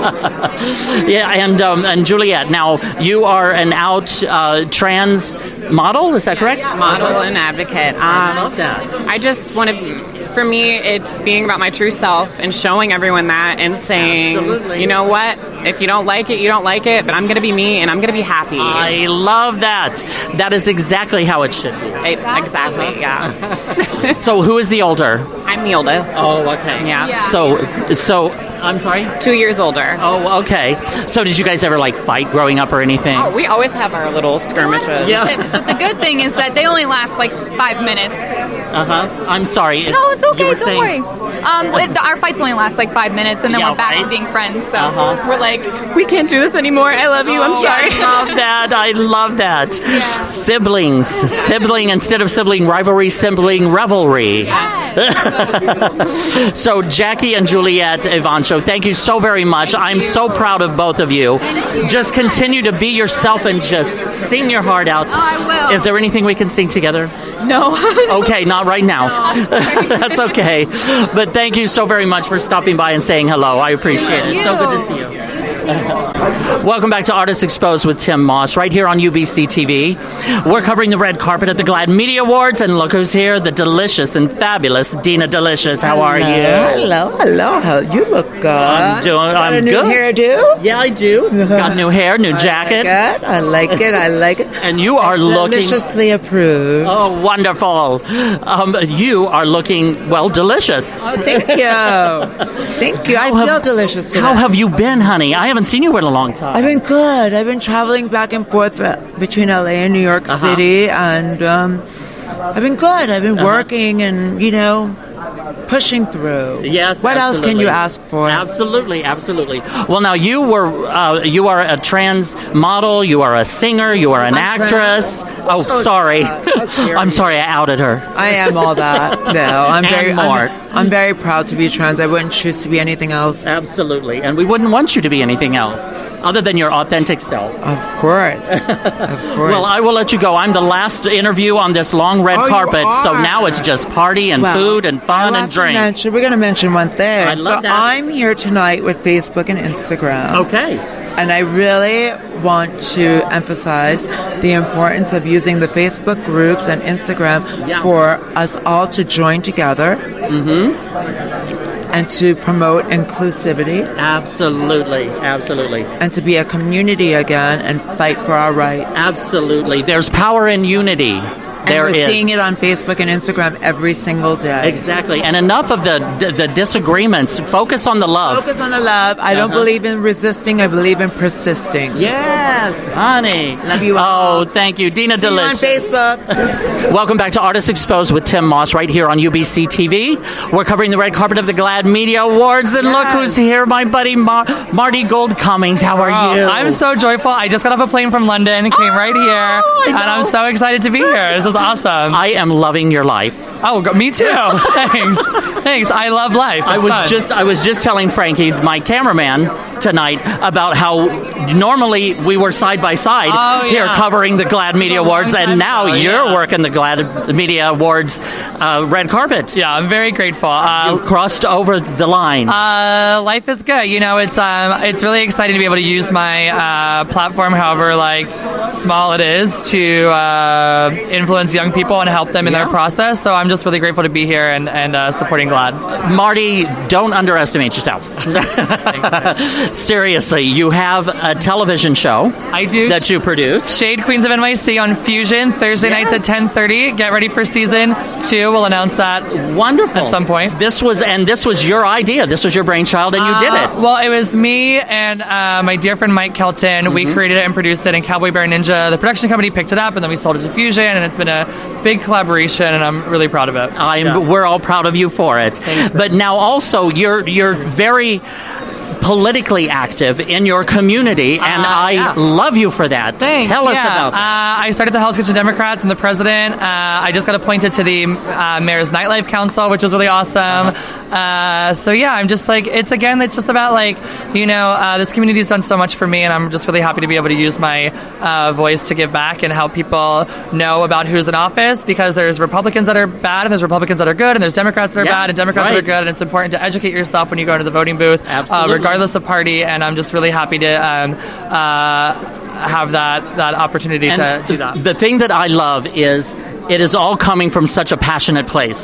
S1: yeah, and um, and Juliet, now you are an out uh, trans model, is that correct?
S24: model and advocate. Um, I
S1: love that.
S24: I just want to, for me, it's being about my true self and showing everyone that and saying,
S1: Absolutely.
S24: you know what? If you don't like it, you don't like it, but I'm going to be me and I'm going to be happy.
S1: I love that. That is exactly how it should be.
S24: Exactly, yeah.
S1: so, who is the older?
S24: I'm the oldest.
S1: Oh, okay.
S24: Yeah. Yeah.
S1: So, so I'm sorry.
S24: Two years older.
S1: Oh, okay. So, did you guys ever like fight growing up or anything?
S24: Oh, we always have our little skirmishes.
S23: Sips. But the good thing is that they only last like five minutes.
S1: Uh huh. I'm sorry.
S23: no, it's
S1: you
S23: okay.
S1: were
S23: Don't
S1: saying-
S23: worry. Um, well, it- our fights only last like five minutes, and then
S1: Yeah,
S23: we're back
S1: right.
S23: to being friends. So
S1: Uh-huh.
S23: we're like, we can't do this anymore. I love you.
S24: I'm sorry.
S1: Oh, I love that. I love that. Siblings. Sibling instead of sibling rivalry, sibling revelry. so, Jackie and Juliet Ivancho, thank you so very much. I'm so proud of both of you. Just continue to be yourself and just sing your heart out.
S23: Oh, I will.
S1: Is there anything we can sing together?
S23: No.
S1: okay, not right now. That's okay. But thank you so very much for stopping by and saying hello. I appreciate it. So good to see you. Welcome back to Artists Exposed with Tim Moss, right here on UBC TV. We're covering the red carpet at the GLAD Media Awards, and look who's here, the delicious and fabulous Dina Delicious. How are you?
S25: Hello, hello. How you look good.
S1: I'm doing-
S25: Got a
S1: I'm
S25: new
S1: good.
S25: hairdo.
S1: Yeah, I do. Got new hair, new jacket.
S25: I like it. I like it.
S1: And you are looking
S25: deliciously approved.
S1: Oh, wonderful! Um, you are looking well, delicious.
S25: Oh, thank you. thank you. I feel delicious. Today.
S1: How have you been, honey? I haven't seen you in a long time.
S25: I've been good. I've been traveling back and forth be- between LA and New York
S1: Uh-huh.
S25: City, and um, I've been good. I've been
S1: Uh-huh.
S25: working and you know pushing through.
S1: Yes.
S25: What else can
S1: absolutely.
S25: you ask for?
S1: Absolutely, absolutely. Well, now you were uh, you are a trans model. You are a singer. You are an
S25: I'm
S1: actress.
S25: trans.
S1: Oh,
S25: Oh,
S1: sorry.
S25: God. How dare
S1: I'm sorry. I outed her.
S25: I am all that. No, I'm
S1: And
S25: very
S1: more.
S25: I'm, I'm very proud to be trans. I wouldn't choose to be anything else.
S1: Uh, Absolutely, and we wouldn't want you to be anything else other than your authentic self.
S25: Of course. Of course.
S1: Well, I will let you go. I'm the last interview on this long red
S25: Oh, you
S1: carpet, so
S25: are.
S1: now it's just party and
S25: Well,
S1: food and fun
S25: I'll
S1: and
S25: have to
S1: drink.
S25: mention- we're going to mention one thing.
S1: I love
S25: so
S1: that.
S25: I'm here tonight with Facebook and Instagram.
S1: Okay.
S25: And I really want to emphasize the importance of using the Facebook groups and Instagram
S1: Yeah. Mm-hmm.
S25: for us all to join together and to promote inclusivity
S1: Absolutely, absolutely.
S25: and to be a community again and fight for our rights.
S1: Absolutely. There's power in unity. There
S25: and
S1: is.
S25: we're seeing it on Facebook and Instagram every single day.
S1: Exactly. And enough of the the, the disagreements. Focus on the love.
S25: Focus on the love. I don't
S1: Uh-huh.
S25: believe in resisting. I believe in persisting.
S1: Yes, honey. Love you all. Oh, thank you. Dina
S25: See you on
S1: Delish.
S25: Facebook.
S1: Welcome back to Artists Exposed with Tim Moss right here on UBC TV. We're covering the red carpet of the GLAD Media Awards. And look who's here, my buddy Mar- Marty Gold Cummings. How are you? Oh
S26: I'm so joyful. I just got off a plane from London, came right here, and I'm so excited to be here. This is awesome.
S1: I am loving your life.
S26: Oh, go- me too. Thanks. Thanks. I love life.
S1: I
S26: It's
S1: was
S26: fun.
S1: just I was just telling Frankie, my cameraman tonight, about how normally we were side by side
S26: Oh,
S1: here
S26: yeah.
S1: covering the GLAD Media Awards, and now you're working the GLAD Media Awards uh, red carpet. Yeah,
S26: I'm very grateful.
S1: you crossed over the line.
S26: Uh, life is good. You know, it's um, it's really exciting to be able to use my uh, platform, however like small it is, to uh, influence young people and help them in their process. So I'm just really grateful to be here and and uh, supporting GLAD.
S1: Marty, don't underestimate yourself. Seriously, you have a television show.
S26: I do
S1: that you produce.
S26: Shade Queens of NYC on Fusion Thursday nights at 10:30. Get ready for season two. We'll announce that.
S1: Wonderful.
S26: At some point.
S1: This was and this was your idea. This was your brainchild, and you did
S26: Uh,
S1: it.
S26: Well, it was me and uh, my dear friend Mike Kelton.
S1: Mm-hmm.
S26: We created it and produced it, and Cowboy Bear Ninja, the production company, picked it up, and then we sold it to Fusion, and it's been a big collaboration, and I'm really proud of it.
S1: I'm, We're all proud of you for it. But now also, you're you're very politically active in your community, and I love you for that.
S26: Thanks.
S1: Tell us
S26: Ah, Yeah.
S1: about that.
S26: Uh, I started the Hell's Kitchen Democrats and the president. Uh, I just got appointed to the uh, mayor's nightlife council, which is really awesome.
S1: Uh-huh.
S26: Uh, so yeah, I'm just like it's again. It's just about like you know uh, this community's done so much for me, and I'm just really happy to be able to use my uh, voice to give back and help people know about who's in office because there's Republicans that are bad and there's Republicans that are good and there's Democrats that are
S1: Yeah,
S26: bad and Democrats that
S1: right.
S26: are good, and it's important to educate yourself when you go to the voting booth, uh,
S1: Absolutely.
S26: regardless of party. And I'm just really happy to um, uh, have that that Ah, opportunity to
S1: And
S26: do that.
S1: The thing that I love is it is all coming from such a passionate place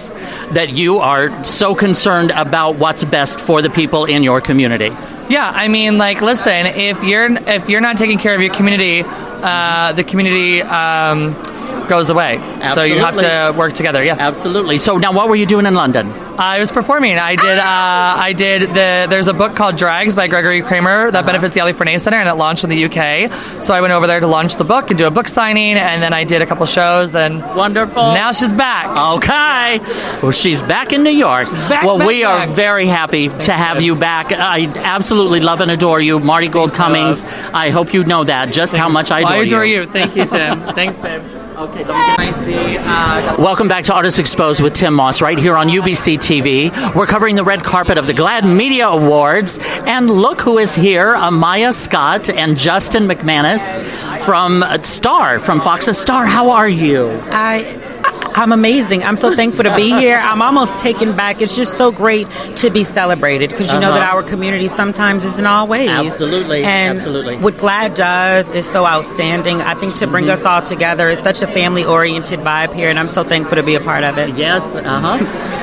S1: that you are so concerned about what's best for the people in your community.
S26: Yeah, I mean, like, listen, if you're if you're not taking care of your community, uh, the community um, goes away. So you have to work together. Yeah,
S1: absolutely. So now, what were you doing in London?
S26: I was performing. I did. Uh, I did the. There's a book called Drags by Gregory Kramer that benefits the Ali Fournet Center, and it launched in the UK. So I went over there to launch the book and do a book signing, and then I did a couple shows. Then
S1: wonderful.
S26: Now she's back.
S1: Okay. Well, she's back in New York. well,
S26: back,
S1: we are very happy to have you back. I absolutely love and adore you, Marty Gold Cummings. I hope you know that just how much I adore,
S26: I adore you. Thank you, Tim. Thanks, babe. Okay, let me see. Uh,
S1: Welcome back to Artists Exposed with Tim Moss, right here on UBC TV. We're covering the red carpet of the GLAD Media Awards. And look who is here Amaya Scott and Justin McManus from uh, Star, from Fox's Star. How are you?
S27: I I'm amazing. I'm so thankful to be here. I'm almost taken back. It's just so great to be celebrated because you know that
S1: Uh-huh.
S27: our community sometimes isn't always.
S1: Absolutely,
S27: And
S1: absolutely.
S27: What GLAD does is so outstanding. I think to bring
S1: Mhm.
S27: us all together is such a family oriented vibe here, and I'm so thankful to be a part of it.
S1: Yes, uh huh.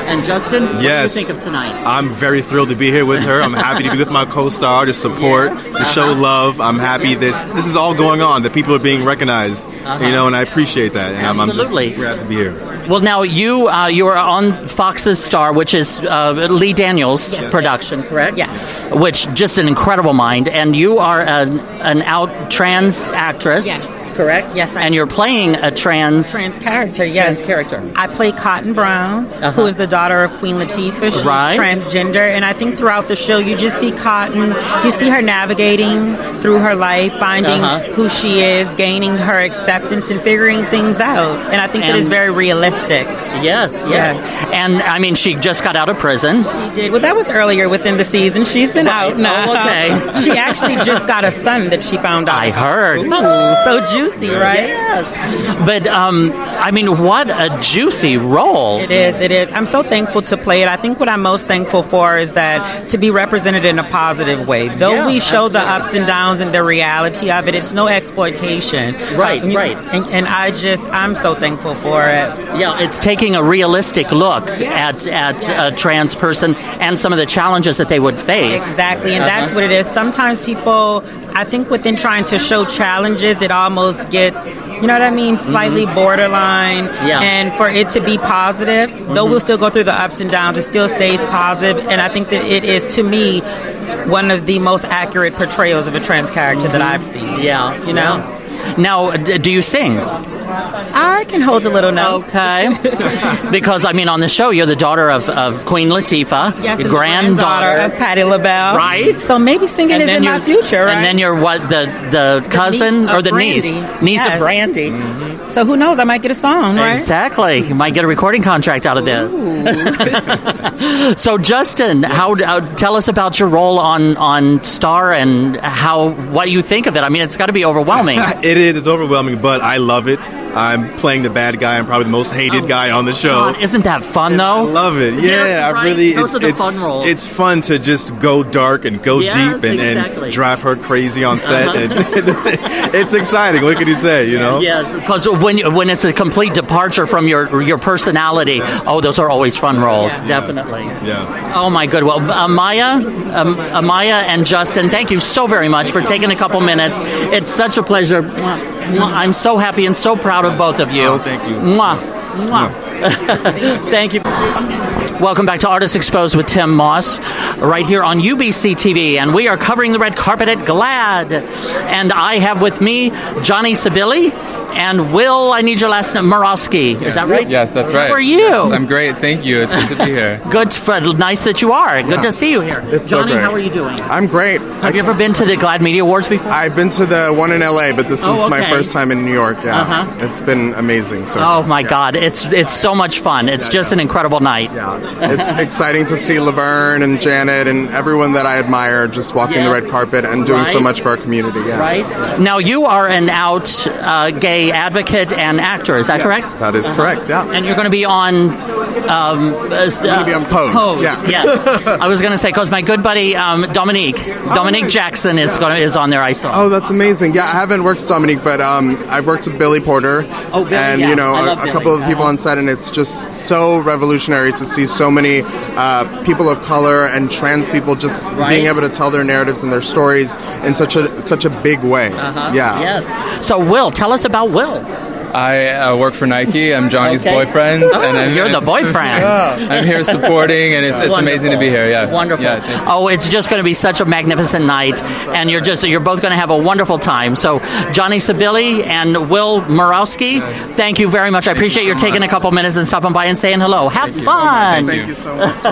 S1: And Justin, what
S27: Yes.
S1: do you think of tonight?
S3: I'm very thrilled to be here with her. I'm happy to be with my co-star to support, to show
S1: Uh-huh.
S3: love. I'm happy this this is all going on. That people are being recognized,
S1: Uh-huh.
S3: you know, and I appreciate that. And I'm, I'm just
S1: Absolutely.
S3: glad to be here.
S1: Well, now you uh, you are on Fox's Star, which is uh, Lee Daniels' production, correct? Yes. Which just an incredible mind, and you are an an out trans actress.
S27: Yes.
S1: Correct.
S27: Yes, I
S1: and you're playing a trans.
S27: Trans character, yes.
S1: character.
S27: I play Cotton Brown, who is the daughter of Queen Latifah. She's
S1: Right.
S27: transgender, and I think throughout the show, you just see Cotton. You see her navigating through her life, finding
S1: Uh-huh.
S27: who she is, gaining her acceptance, and figuring things out. And I think that is
S1: And-
S27: very realistic.
S1: Yes, yes. And I mean, she just got out of prison.
S27: She did. Well, that was earlier within the season. She's been out now.
S1: Oh, okay.
S27: she actually just got a son that she found out.
S1: I heard.
S27: Ooh, so juicy, right?
S1: But um, I mean, what a juicy role!
S27: It is, it is. I'm so thankful to play it. I think what I'm most thankful for is that to be represented in a positive way. Though Yeah, we show the ups and downs and the reality of it, it's no exploitation.
S1: Right,
S27: Uh, you-
S1: right.
S27: And, and I just, I'm so thankful for it.
S1: Yeah, it's taking a realistic look at at a trans person and some of the challenges that they would face.
S27: Exactly, and that's
S1: Uh-huh.
S27: what it is. Sometimes people, I think, within trying to show challenges, it almost gets, you know what I mean, slightly borderline.
S1: Mm-hmm. Yeah. Mm-hmm.
S27: And for it to be positive, though we'll still go through the ups and downs, it still stays positive. And I think that it is, to me, one of the most accurate portrayals of a trans character that I've seen.
S1: Yeah,
S27: You know?
S1: yeah. Now, d- do you sing?
S22: I can hold a little note.
S1: Okay. because, I mean, on the show, you're the daughter of, of Queen
S22: Yes,
S1: Latifah, your
S22: and the granddaughter of Patti LaBelle.
S1: Right.
S22: So maybe singing is in my
S1: you're-
S22: future, right?
S1: And then you're what, the, the cousin
S22: niece
S1: or
S22: of
S1: the niece?
S22: Brandy.
S1: Niece
S22: Yes.
S1: of Brandy.
S22: so who knows? I might get a song, right?
S1: Exactly. You might get a recording contract out of this. so, Justin, how, how tell us about your role on on Star and how what do you think of it? I mean, it's got to be overwhelming.
S28: it is. It's overwhelming, but I love it. I'm playing the bad guy. I'm probably the most hated guy on the show.
S1: Oh, God, isn't that fun though?
S28: I love it. Yeah,
S1: Yes,
S28: I
S1: right.
S28: really. It's
S1: Those are the
S28: it's,
S1: fun roles.
S28: it's fun to just go dark and go
S1: Yes,
S28: deep and,
S1: exactly.
S28: and drive her crazy on set.
S1: Uh-huh.
S28: And it's exciting. What can you say? You know.
S1: Yes, because when you- when it's a complete departure from your your personality, oh, those are always fun roles, definitely.
S28: Yeah.
S1: Oh my good. Well, Amaya, um, Amaya, and Justin, thank you so very much for taking a couple minutes. It's such a pleasure. Mwah, mwah. I'm so happy and so proud of both of you.
S29: Oh,
S1: thank you. Mwah. Mwah. Thank you. Welcome back to Artists Exposed with Tim Moss, right here on UBC TV, and we are covering the red carpet at GLAD. And I have with me Johnny Sibili and Will. I need your last name, Morosky. Is that right?
S29: Yes, that's right.
S1: How are you?
S29: Yes, I'm great. Thank you. It's good to be here.
S1: Good, for, nice that you are. Good
S29: Yeah.
S1: to see you here.
S29: It's so
S1: Johnny,
S29: great.
S1: how are you doing?
S29: I'm great. Have
S1: you ever been to the Glad Media Awards before?
S29: I've been to the one in LA, but this
S1: Oh,
S29: is my
S1: okay.
S29: first time in New York. Yeah,
S1: Uh-huh.
S29: it's been amazing. So
S1: Oh my God, it's it's so much fun. It's just an incredible night.
S29: it's exciting to see Laverne and Janet and everyone that I admire just walking the
S1: Yes.
S29: red carpet and doing so
S1: Right.
S29: much for our community. Yeah.
S1: Right now, you are an out uh, gay advocate and actor. Is that
S29: Yes,
S1: correct?
S29: that is correct, yeah.
S1: And you're going to be on. Um, I'm
S29: gonna be on Pose, yeah.
S1: yes. I was going to say because my good buddy um, Dominique Dominique Jackson is going is on there. I saw.
S29: Oh, that's amazing. Yeah, I haven't worked with Dominique, but um, I've worked with Billy Porter.
S1: Oh, Billy,
S29: And,
S1: yeah.
S29: you know,
S1: I
S29: a,
S1: love
S29: a
S1: Billy.
S29: couple of people on set, and it's just so revolutionary to see so many uh, people of color and trans people just being able to tell their narratives and their stories in such a such a big way.
S1: Uh-huh.
S29: Yeah.
S1: Yes. So, Will, tell us about Will.
S29: I uh, work for Nike. I'm
S1: Johnny's Okay. boyfriend, Oh, and I'm- you're the boyfriend. Yeah. I'm here supporting, and it's- it's amazing to be here, yeah. Wonderful. Yeah, Oh, it's just going to be such a magnificent night, and you're just you're both going to have a wonderful time. So, Johnny Sibili and Will Morowski, thank you very much. I appreciate you are taking a couple minutes and stopping by and saying hello. Have fun.
S29: Thank you so much.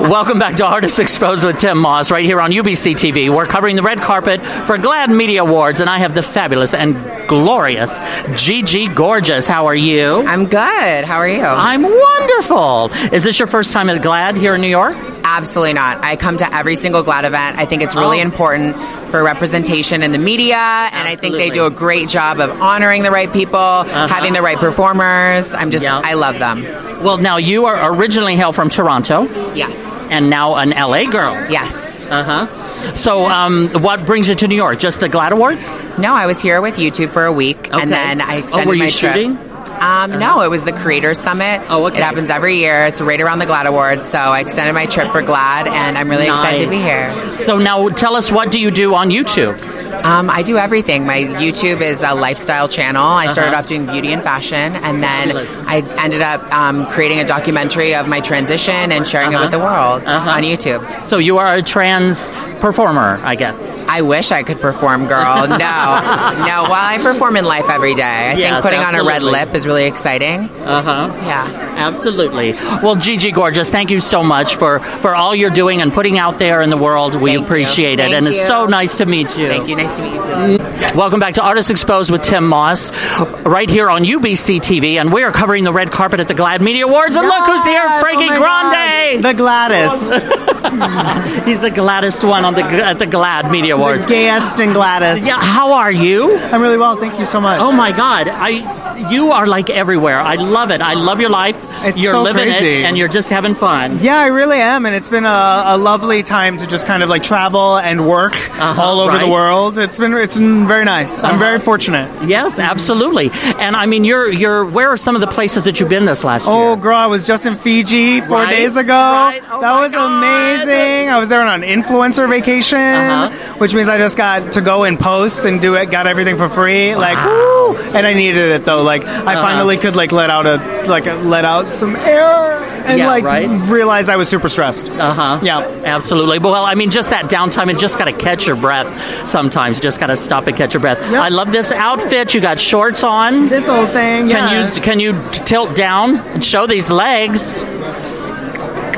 S1: Welcome back to Artists Exposed with Tim Moss, right here on UBC TV. We're covering the red carpet for GLAD Media Awards, and I have the fabulous and glorious Gigi Gorgeous. How are you?
S5: I'm good. How are you?
S1: I'm wonderful. Is this your first time at GLAD here in New York?
S5: Absolutely not. I come to every single GLAD event. I think it's really
S1: Oh.
S5: important for representation in the media, and I think they do a great job of honoring the right people, having the right performers. I'm just, I love them.
S1: Well, now you are originally hail from Toronto.
S5: Yes.
S1: And now an LA girl.
S5: Yes.
S1: Uh huh. So, um, what brings you to New York? Just the GLAD Awards?
S5: No, I was here with YouTube for a week, and then I extended
S1: oh, were you
S5: my trip.
S1: shooting?
S5: Um, No, it was the Creator Summit. Oh, okay. It happens every year. It's right around the GLAD Awards, so I extended my trip for GLAD, and I'm really excited to be
S1: Nice.
S5: here.
S1: So now, tell us what do you do on YouTube?
S5: Um, I do everything. My YouTube is a lifestyle channel. I started
S1: Uh-huh.
S5: off doing beauty and fashion, and then
S1: Fabulous.
S5: I ended up um, creating a documentary of my transition and sharing it with the world on YouTube.
S1: Uh-huh. So you are a trans performer, I guess.
S5: I wish I could perform, girl. No, no. Well, I perform in life every day. I
S1: Yes,
S5: think putting on a red
S1: absolutely.
S5: lip is really exciting.
S1: Uh huh.
S5: Yeah.
S1: Absolutely. Well, Gigi Gorgeous, thank you so much for, for all you're doing and putting out there in the world. We appreciate it.
S5: Thank
S1: and
S5: you.
S1: it's so nice to meet you.
S5: Thank you. Nice to meet you. Too.
S1: Welcome back to Artists Exposed with Tim Moss, right here on UBC TV, and we are covering the red carpet at the GLAD Media Awards. And look who's here,
S22: Oh
S1: Frankie Grande,
S22: the Gladys.
S1: He's the gladdest one on the at the GLAD Media Awards.
S22: Gayest and Gladys.
S1: Yeah, how are you?
S22: I'm really well. Thank you so much.
S1: Oh my God, I you are like everywhere. I love it. I love your life.
S22: It's
S1: you're
S22: so
S1: living
S22: crazy.
S1: it, and you're just having fun.
S22: Yeah, I really am, and it's been a, a lovely time to just kind of like travel and work all over
S1: Uh-huh. right.
S22: the world. It's been it's been very nice. I'm
S1: Uh-huh.
S22: very fortunate.
S1: Yes, absolutely. And I mean, you're you're. Where are some of the places that you've been this last year?
S22: Oh, girl, I was just in Fiji four
S1: Right?
S22: days ago.
S1: Right. Oh
S22: that was amazing. I was there on an influencer vacation,
S1: Uh-huh.
S22: which means I just got to go and post and do it. Got everything for free. Like, woo! And I needed it though. Like, I
S1: Uh-huh.
S22: finally could like let out a like let out some air. and
S1: Yeah,
S22: like
S1: right?
S22: realize I was super stressed.
S1: Uh huh. Yeah. Absolutely. But, Well, I mean, just that downtime and just got to catch your breath sometimes. You Just got to stop and catch your breath. I love this outfit. You got shorts on.
S22: This whole thing.
S1: Can you can you t- tilt down and show these legs?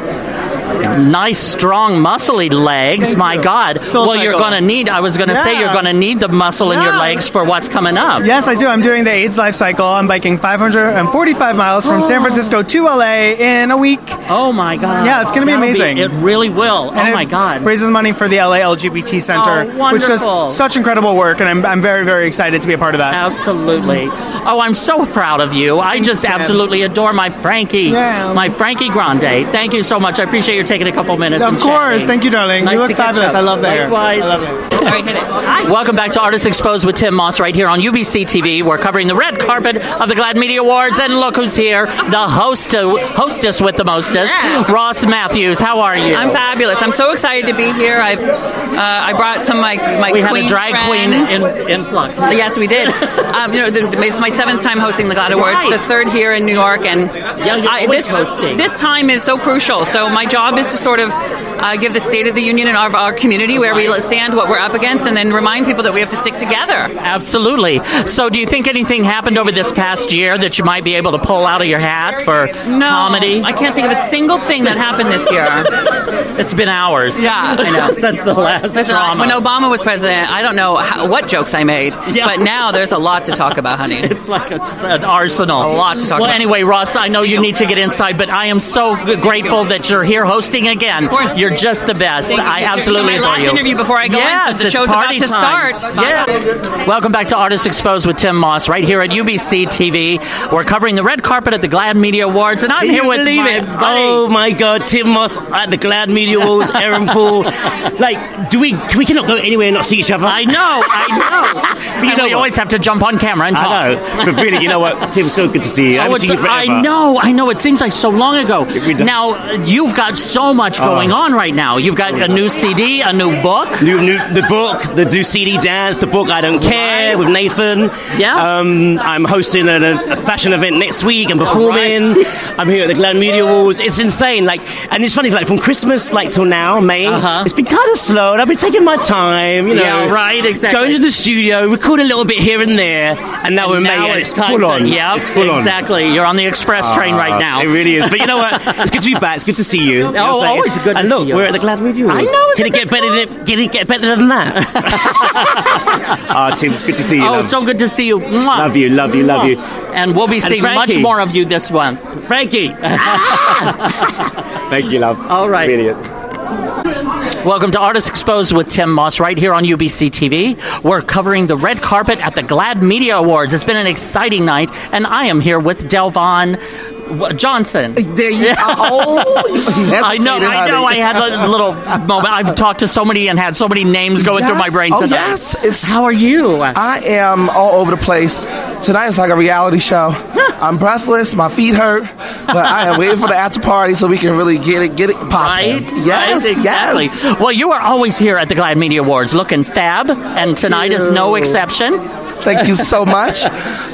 S1: Nice, strong, muscly legs. My God. well, you're
S22: cycle.
S1: going to need. I was going to say
S22: Yeah.
S1: you're going to need the muscle in your legs for what's coming up.
S22: Yes, I do. I'm doing the AIDS life cycle. I'm biking 545 miles from San Francisco to LA in a week.
S1: Oh my god!
S22: Yeah, it's going to be
S1: That'll
S22: amazing.
S1: it really will.
S22: And
S1: oh
S22: it
S1: my God.
S22: Raises money for the LA LGBT Center,
S1: Oh,
S22: which
S1: wonderful.
S22: does such incredible work, and I'm, I'm very, very excited to be a part of that.
S1: Absolutely. Oh, I'm so proud of you. I just
S22: Deb.
S1: absolutely adore my Frankie, my Frankie Grande. Thank you so much. I appreciate you taking a couple minutes.
S22: Of
S1: and
S22: course.
S1: chatting.
S22: Thank you, darling.
S1: Nice
S22: you look
S1: to catch
S22: fabulous. I
S1: up.
S22: love that. hair.
S1: Likewise.
S22: I love it.
S1: Welcome back to Artists Exposed with Tim Moss right here on UBC TV. We're covering the red carpet of the Glad Media Awards, and look who's here, the host, hostess with the mostest, Ross Matthews. How are you?
S26: I'm fabulous. I'm so excited to be here. I've uh, I brought some of my my
S1: we had
S26: queen
S1: a drag
S26: friends.
S1: queen in, influx.
S26: Yes, we did. um, you know, the, it's my seventh time hosting the Glad Awards,
S1: Right.
S26: the third here in New York, and
S1: you're
S26: I,
S1: always
S26: this
S1: hosting.
S26: this time is so crucial. So my job is to sort of uh, give the State of the Union and our, our community where we stand, what we're up against, and then remind people that we have to stick together.
S1: Absolutely. So, do you think anything happened over this past year that you might be able to pull out of your hat for
S26: No,
S1: comedy?
S26: I can't think of a single thing that happened this year.
S1: It's been hours.
S26: Yeah, I know.
S1: Since the last
S26: Listen, I-
S1: drama.
S26: when Obama was president, I don't know how, what jokes I made, but now there's a lot to talk about, honey.
S1: It's like a, an arsenal.
S26: A lot to talk
S1: well,
S26: about.
S1: anyway, Ross, I know you need to get inside, but I am so g- grateful that you're here hosting again. You're just the best.
S26: Thank you.
S1: I
S26: This is
S1: absolutely
S26: my
S1: adore
S26: last
S1: you.
S26: interview before I go in,
S1: yes,
S26: so the
S1: it's
S26: show's about
S1: party
S26: to
S1: time.
S26: start.
S1: Yeah. Welcome back to Artists Exposed with Tim Moss, right here at UBC TV. We're covering the red carpet at the Glad Media Awards, and I'm
S6: Can
S1: here
S6: you
S1: with
S6: believe
S1: my
S6: it?
S1: buddy.
S6: Oh my God, Tim Moss at the Glad Media Awards, Aaron Paul. Like, do we we cannot go anywhere and not see each other? I know, I know. but you
S1: And
S6: know
S1: we
S6: what?
S1: always have to jump on camera and talk.
S6: I know, but really, you know what? Tim, so good to see you. I
S1: Oh,
S6: haven't
S1: it's-
S6: seen you forever.
S1: I know, I know. It seems like so long ago. Now you've got so much
S6: Oh.
S1: going on right now. You've got a new CD, a new book.
S6: New, new, the book, the new CD dance, the book I Don't Care with Nathan. Yeah. Um, I'm hosting a, a fashion event next week. I'm performing. I'm here at the Glen Media Awards. It's insane. Like, and it's funny, like from Christmas like till now, May, it's been kind of slow. And I've been taking my time, you know.
S1: Uh-huh. Yeah, right, exactly.
S6: Going to the studio, record a little bit here and there, and now we're
S1: now
S6: May, and
S1: it's
S6: it's,
S1: time
S6: full
S1: to-
S6: on.
S1: yep,
S6: it's full on.
S1: exactly. You're on the express train right
S6: Ah,
S1: now.
S6: It really is. But you know what? It's good to be back. It's good to see you. you know
S1: Oh,
S6: what I'm saying?
S1: always good to
S6: And
S1: see
S6: look,
S1: you.
S6: we're at the Glad Media
S1: I
S6: Awards.
S1: know,
S6: Can it get
S1: isn't
S6: better than can it get better than that? Ah, Tim, good to see you.
S1: Oh,
S6: love.
S1: so good to see you. Mwah.
S6: Love you, love you, love you.
S1: And we'll be
S6: And
S1: seeing much
S6: Frankie.
S1: more of you this one.
S6: Frankie. Thank you, love.
S1: All right.
S6: Brilliant.
S1: Welcome to Artists Exposed with Tim Moss right here on UBC TV. We're covering the red carpet at the GLAD Media Awards. It's been an exciting night, and I am here with Delvon w- Johnson. There you
S7: Oh, you
S1: I know,
S7: hesitated,
S1: I know. I
S7: honey.
S1: had a little moment. I've talked to so many and had so many names going through my
S7: Yes.
S1: brain
S7: Oh,
S1: tonight.
S7: yes.
S1: How are you?
S7: I am all over the place. Tonight is like a reality show. I'm breathless, my feet hurt, but I am waiting for the after party so we can really get it, get it popping.
S1: Right?
S7: Yes,
S1: Right, exactly.
S7: yes.
S1: Well, you are always here at the Glad Media Awards looking fab, and tonight is no
S7: you.
S1: exception.
S7: Thank you so much.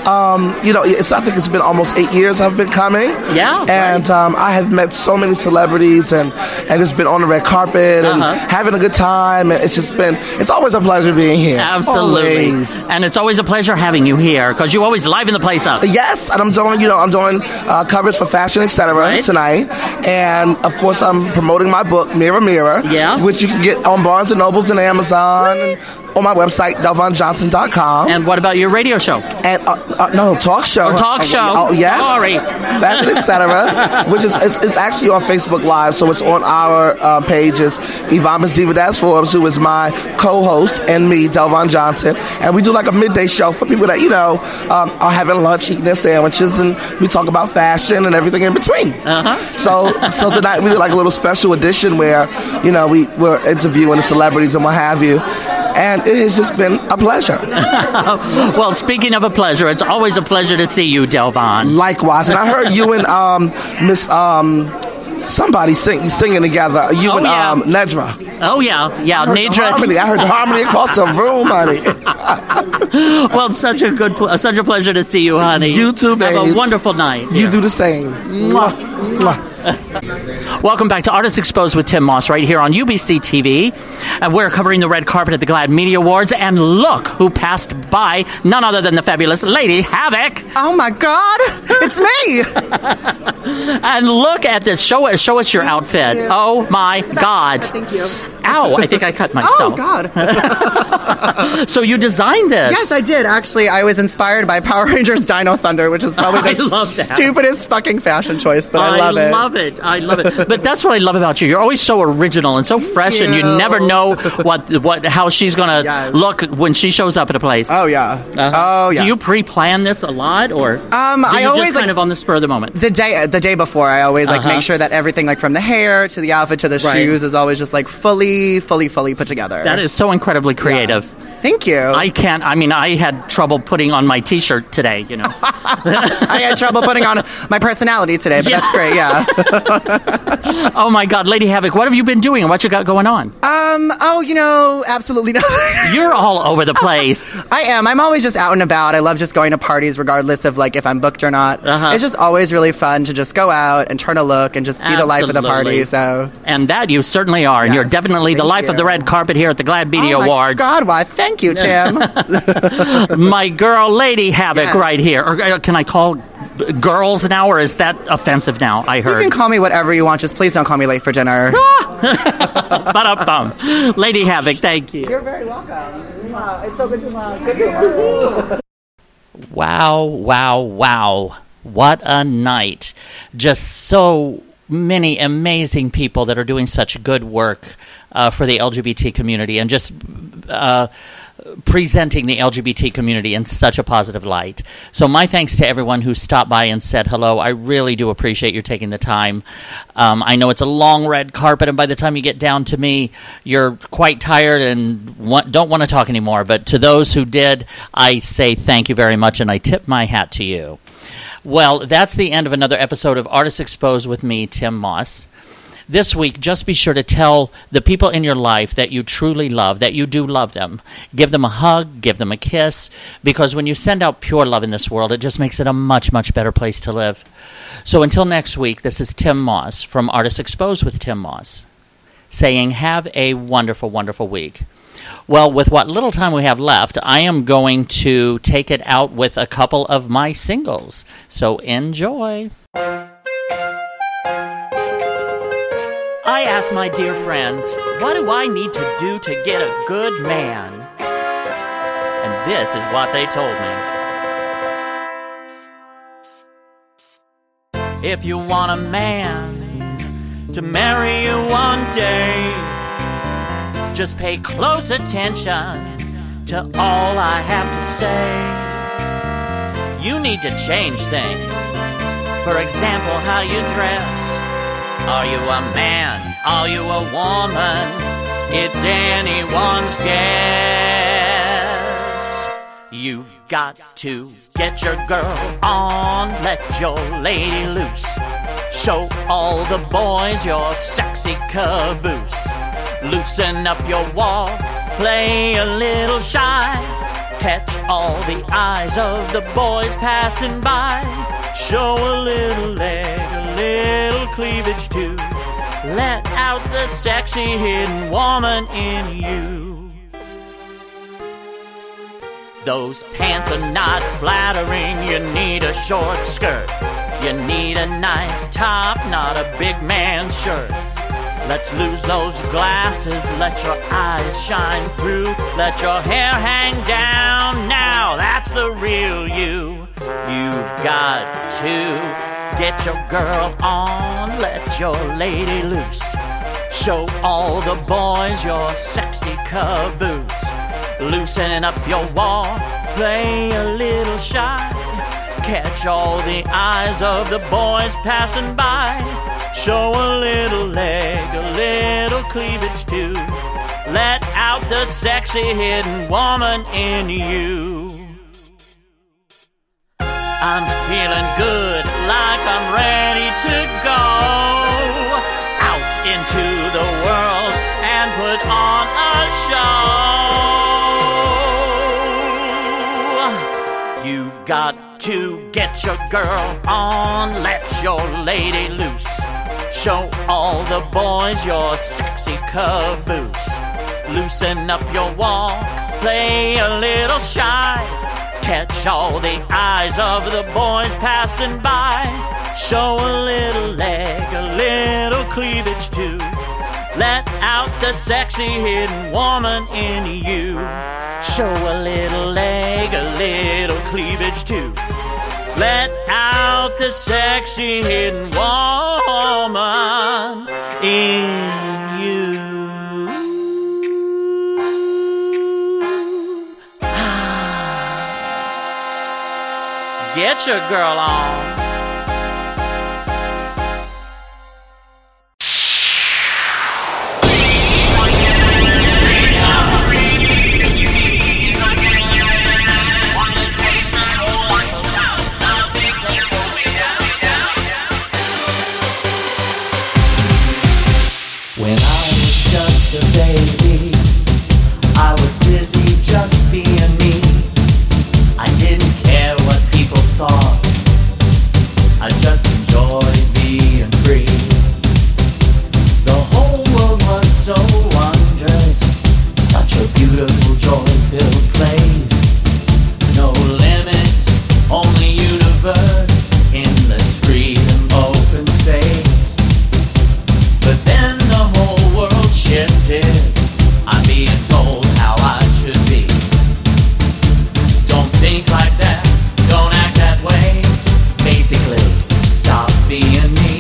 S7: Um, you know, it's, I think it's been almost eight years I've been coming.
S1: Yeah.
S7: And um, I have met so many celebrities and, and just been on the red carpet and
S1: Uh-huh.
S7: having a good time. And it's just been, it's always a pleasure being here.
S1: Absolutely.
S7: Always.
S1: And it's always a pleasure having you here because you always liven the place up.
S7: Yes, and I'm doing, you know, I'm doing uh, coverage for Fashion Etc. tonight, and of course I'm promoting my book Mirror Mirror, yeah, which you can get on Barnes and Nobles and Amazon, and on my website delvonjohnson.com.
S1: And what about your radio show?
S7: And uh, uh, no talk show,
S1: Oh, talk
S7: Uh,
S1: show.
S7: oh yes,
S1: Sorry.
S7: Fashion Etc. which is it's, it's actually on Facebook Live, so it's on our um, pages. Yvonne is Diva Das Forbes, who is my co-host, and me, Delvon Johnson, and we do like a midday show for people that you know um, are having lunch, eating their sandwiches, and we talk about fashion and everything in between. Uh-huh. So so tonight we did like a little special edition where you know we we're interviewing the celebrities and what have you, and it has just been a pleasure.
S1: well, speaking of a pleasure, it's always a pleasure to see you, Delvon.
S7: Likewise, and I heard you and um Miss um somebody sing, singing together. You and um Nedra.
S1: Oh, yeah. Yeah.
S7: I heard the
S1: Nidra.
S7: harmony. I heard the harmony across the room, honey.
S1: well, such a good, pl- such a pleasure to see you, honey. You
S7: too,
S1: Have a
S7: babes.
S1: wonderful night.
S7: You do the same.
S1: Mwah.
S30: Welcome back to Artists Exposed with Tim Moss right here on UBC TV. And Uh, we're covering the red carpet at the GLAAD Media Awards. And look who passed by, none other than the fabulous Lady Havoc.
S31: Oh my God, it's me.
S30: And look at this. Show us, show us your outfit.
S31: you.
S30: Oh my God.
S31: Thank you.
S30: Ow, I think I cut
S31: Oh
S30: myself.
S31: God.
S30: so you designed this.
S31: Yes, I did. Actually, I was inspired by Power Rangers Dino Thunder, which is
S30: I
S31: probably the
S30: love that.
S31: stupidest fucking fashion choice, but I, love it.
S30: love it. I love it. But that's what I love about you. You're always so original and so fresh, and you
S31: you.
S30: never know what what how she's gonna look when she shows up at a place. Oh
S31: yeah.
S30: Oh yeah. Do you pre-plan this a lot, or um,
S31: I always,
S30: just
S31: like-
S30: kind of on the spur of the moment?
S31: The day the day before, I always like
S30: Uh-huh.
S31: make sure that everything, like from the hair to the outfit to the
S30: Right.
S31: shoes, is always just like fully, fully, fully put together.
S30: That is so incredibly creative.
S31: Thank you.
S30: I can't. I mean, I had trouble putting on my T-shirt today. You know.
S31: I had trouble putting on my personality today, but that's great. Yeah.
S30: oh my God, Lady Havoc, what have you been doing? and What you got going on?
S31: Um. Oh, you know, absolutely nothing.
S30: You're all over the place.
S31: I am. I'm always just out and about. I love just going to parties, regardless of like if I'm booked or not.
S30: Uh-huh.
S31: It's just always really fun to just go out and turn a look and just be the life of the party. So.
S30: Absolutely. And that you certainly are. and you're definitely the life of the red carpet here at the Glad Media
S31: Oh my
S30: Awards.
S31: God, why? Thank you, Tim.
S30: my girl, Lady Havoc,
S31: Yes.
S30: right here. Or, uh, can I call b- girls now, or is that offensive now? I
S31: you
S30: heard.
S31: can call me whatever you want. Just please don't call me late for dinner.
S30: Ah! Ba-da-bum. Lady Havoc, thank you.
S31: You're very welcome. Wow, it's so good to uh, good to
S30: Wow, wow, wow. What a night. Just so many amazing people that are doing such good work uh, for the LGBT community and just uh, presenting the LGBT community in such a positive light. So, my thanks to everyone who stopped by and said hello. I really do appreciate your taking the time. Um, I know it's a long red carpet, and by the time you get down to me, you're quite tired and want, don't want to talk anymore. But to those who did, I say thank you very much, and I tip my hat to you. Well, that's the end of another episode of Artists Exposed with me, Tim Moss. This week, just be sure to tell the people in your life that you truly love, that you do love them. Give them a hug, give them a kiss, because when you send out pure love in this world, it just makes it a much, much better place to live. So until next week, this is Tim Moss from Artists Exposed with Tim Moss saying, Have a wonderful, wonderful week. Well, with what little time we have left, I am going to take it out with a couple of my singles. So enjoy. I asked my dear friends, what do I need to do to get a good man? And this is what they told me. If you want a man to marry you one day, just pay close attention to all I have to say. You need to change things. For example, how you dress. Are you a man? Are you a woman? It's anyone's guess. You've got to get your girl on, let your lady loose. Show all the boys your sexy caboose. Loosen up your wall, play a little shy. Catch all the eyes of the boys passing by. Show a little leg, a little cleavage too. Let out the sexy hidden woman in you. Those pants are not flattering. You need a short skirt. You need a nice top, not a big man shirt. Let's lose those glasses. Let your eyes shine through. Let your hair hang down. Now that's the real you. You've got to get your girl on. Let your lady loose. Show all the boys your sexy caboose. Loosen up your wall. Play a little shy. Catch all the eyes of the boys passing by. Show a little leg, a little cleavage too. Let out the sexy hidden woman in you. I'm feeling good, like I'm ready to go out into the world and put on a show. You've got to get your girl on, let your lady loose. Show all the boys your sexy caboose. Loosen up your wall, play a little shy. Catch all the eyes of the boys passing by. Show a little leg, a little cleavage too. Let out the sexy hidden woman in you. Show a little leg, a little cleavage too. Let out the sexy hidden woman in you. Ah. Get your girl on.
S32: When I was just a baby, I was busy just being me. I didn't care what people thought. I just enjoyed being free. The whole world was so wondrous, such a beautiful, joy-filled place. No limits, only universe, endless freedom, open space. But then the whole world shifted. I'm being told how I should be. Don't think like that. Don't act that way. Basically, stop being me.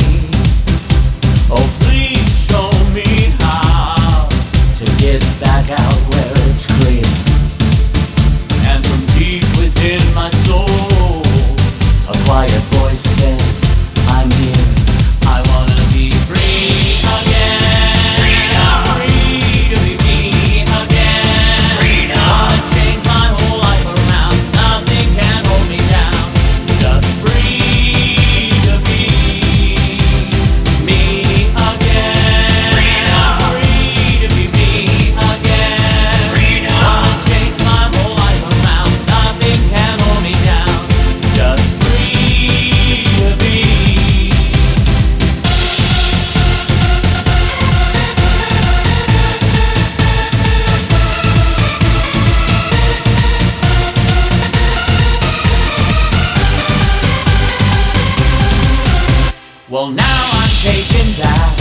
S32: Oh, please show me how to get back out where it's clear. And from deep within my soul, a quiet voice says, I'm here. I wanna be free again. Free to be me again. Wanna change my whole life around. Nothing can hold me down. Just free to be me again. Free to be me again. Wanna change my whole life around. Nothing can hold me down. Just free to be. Well, now I'm taking that.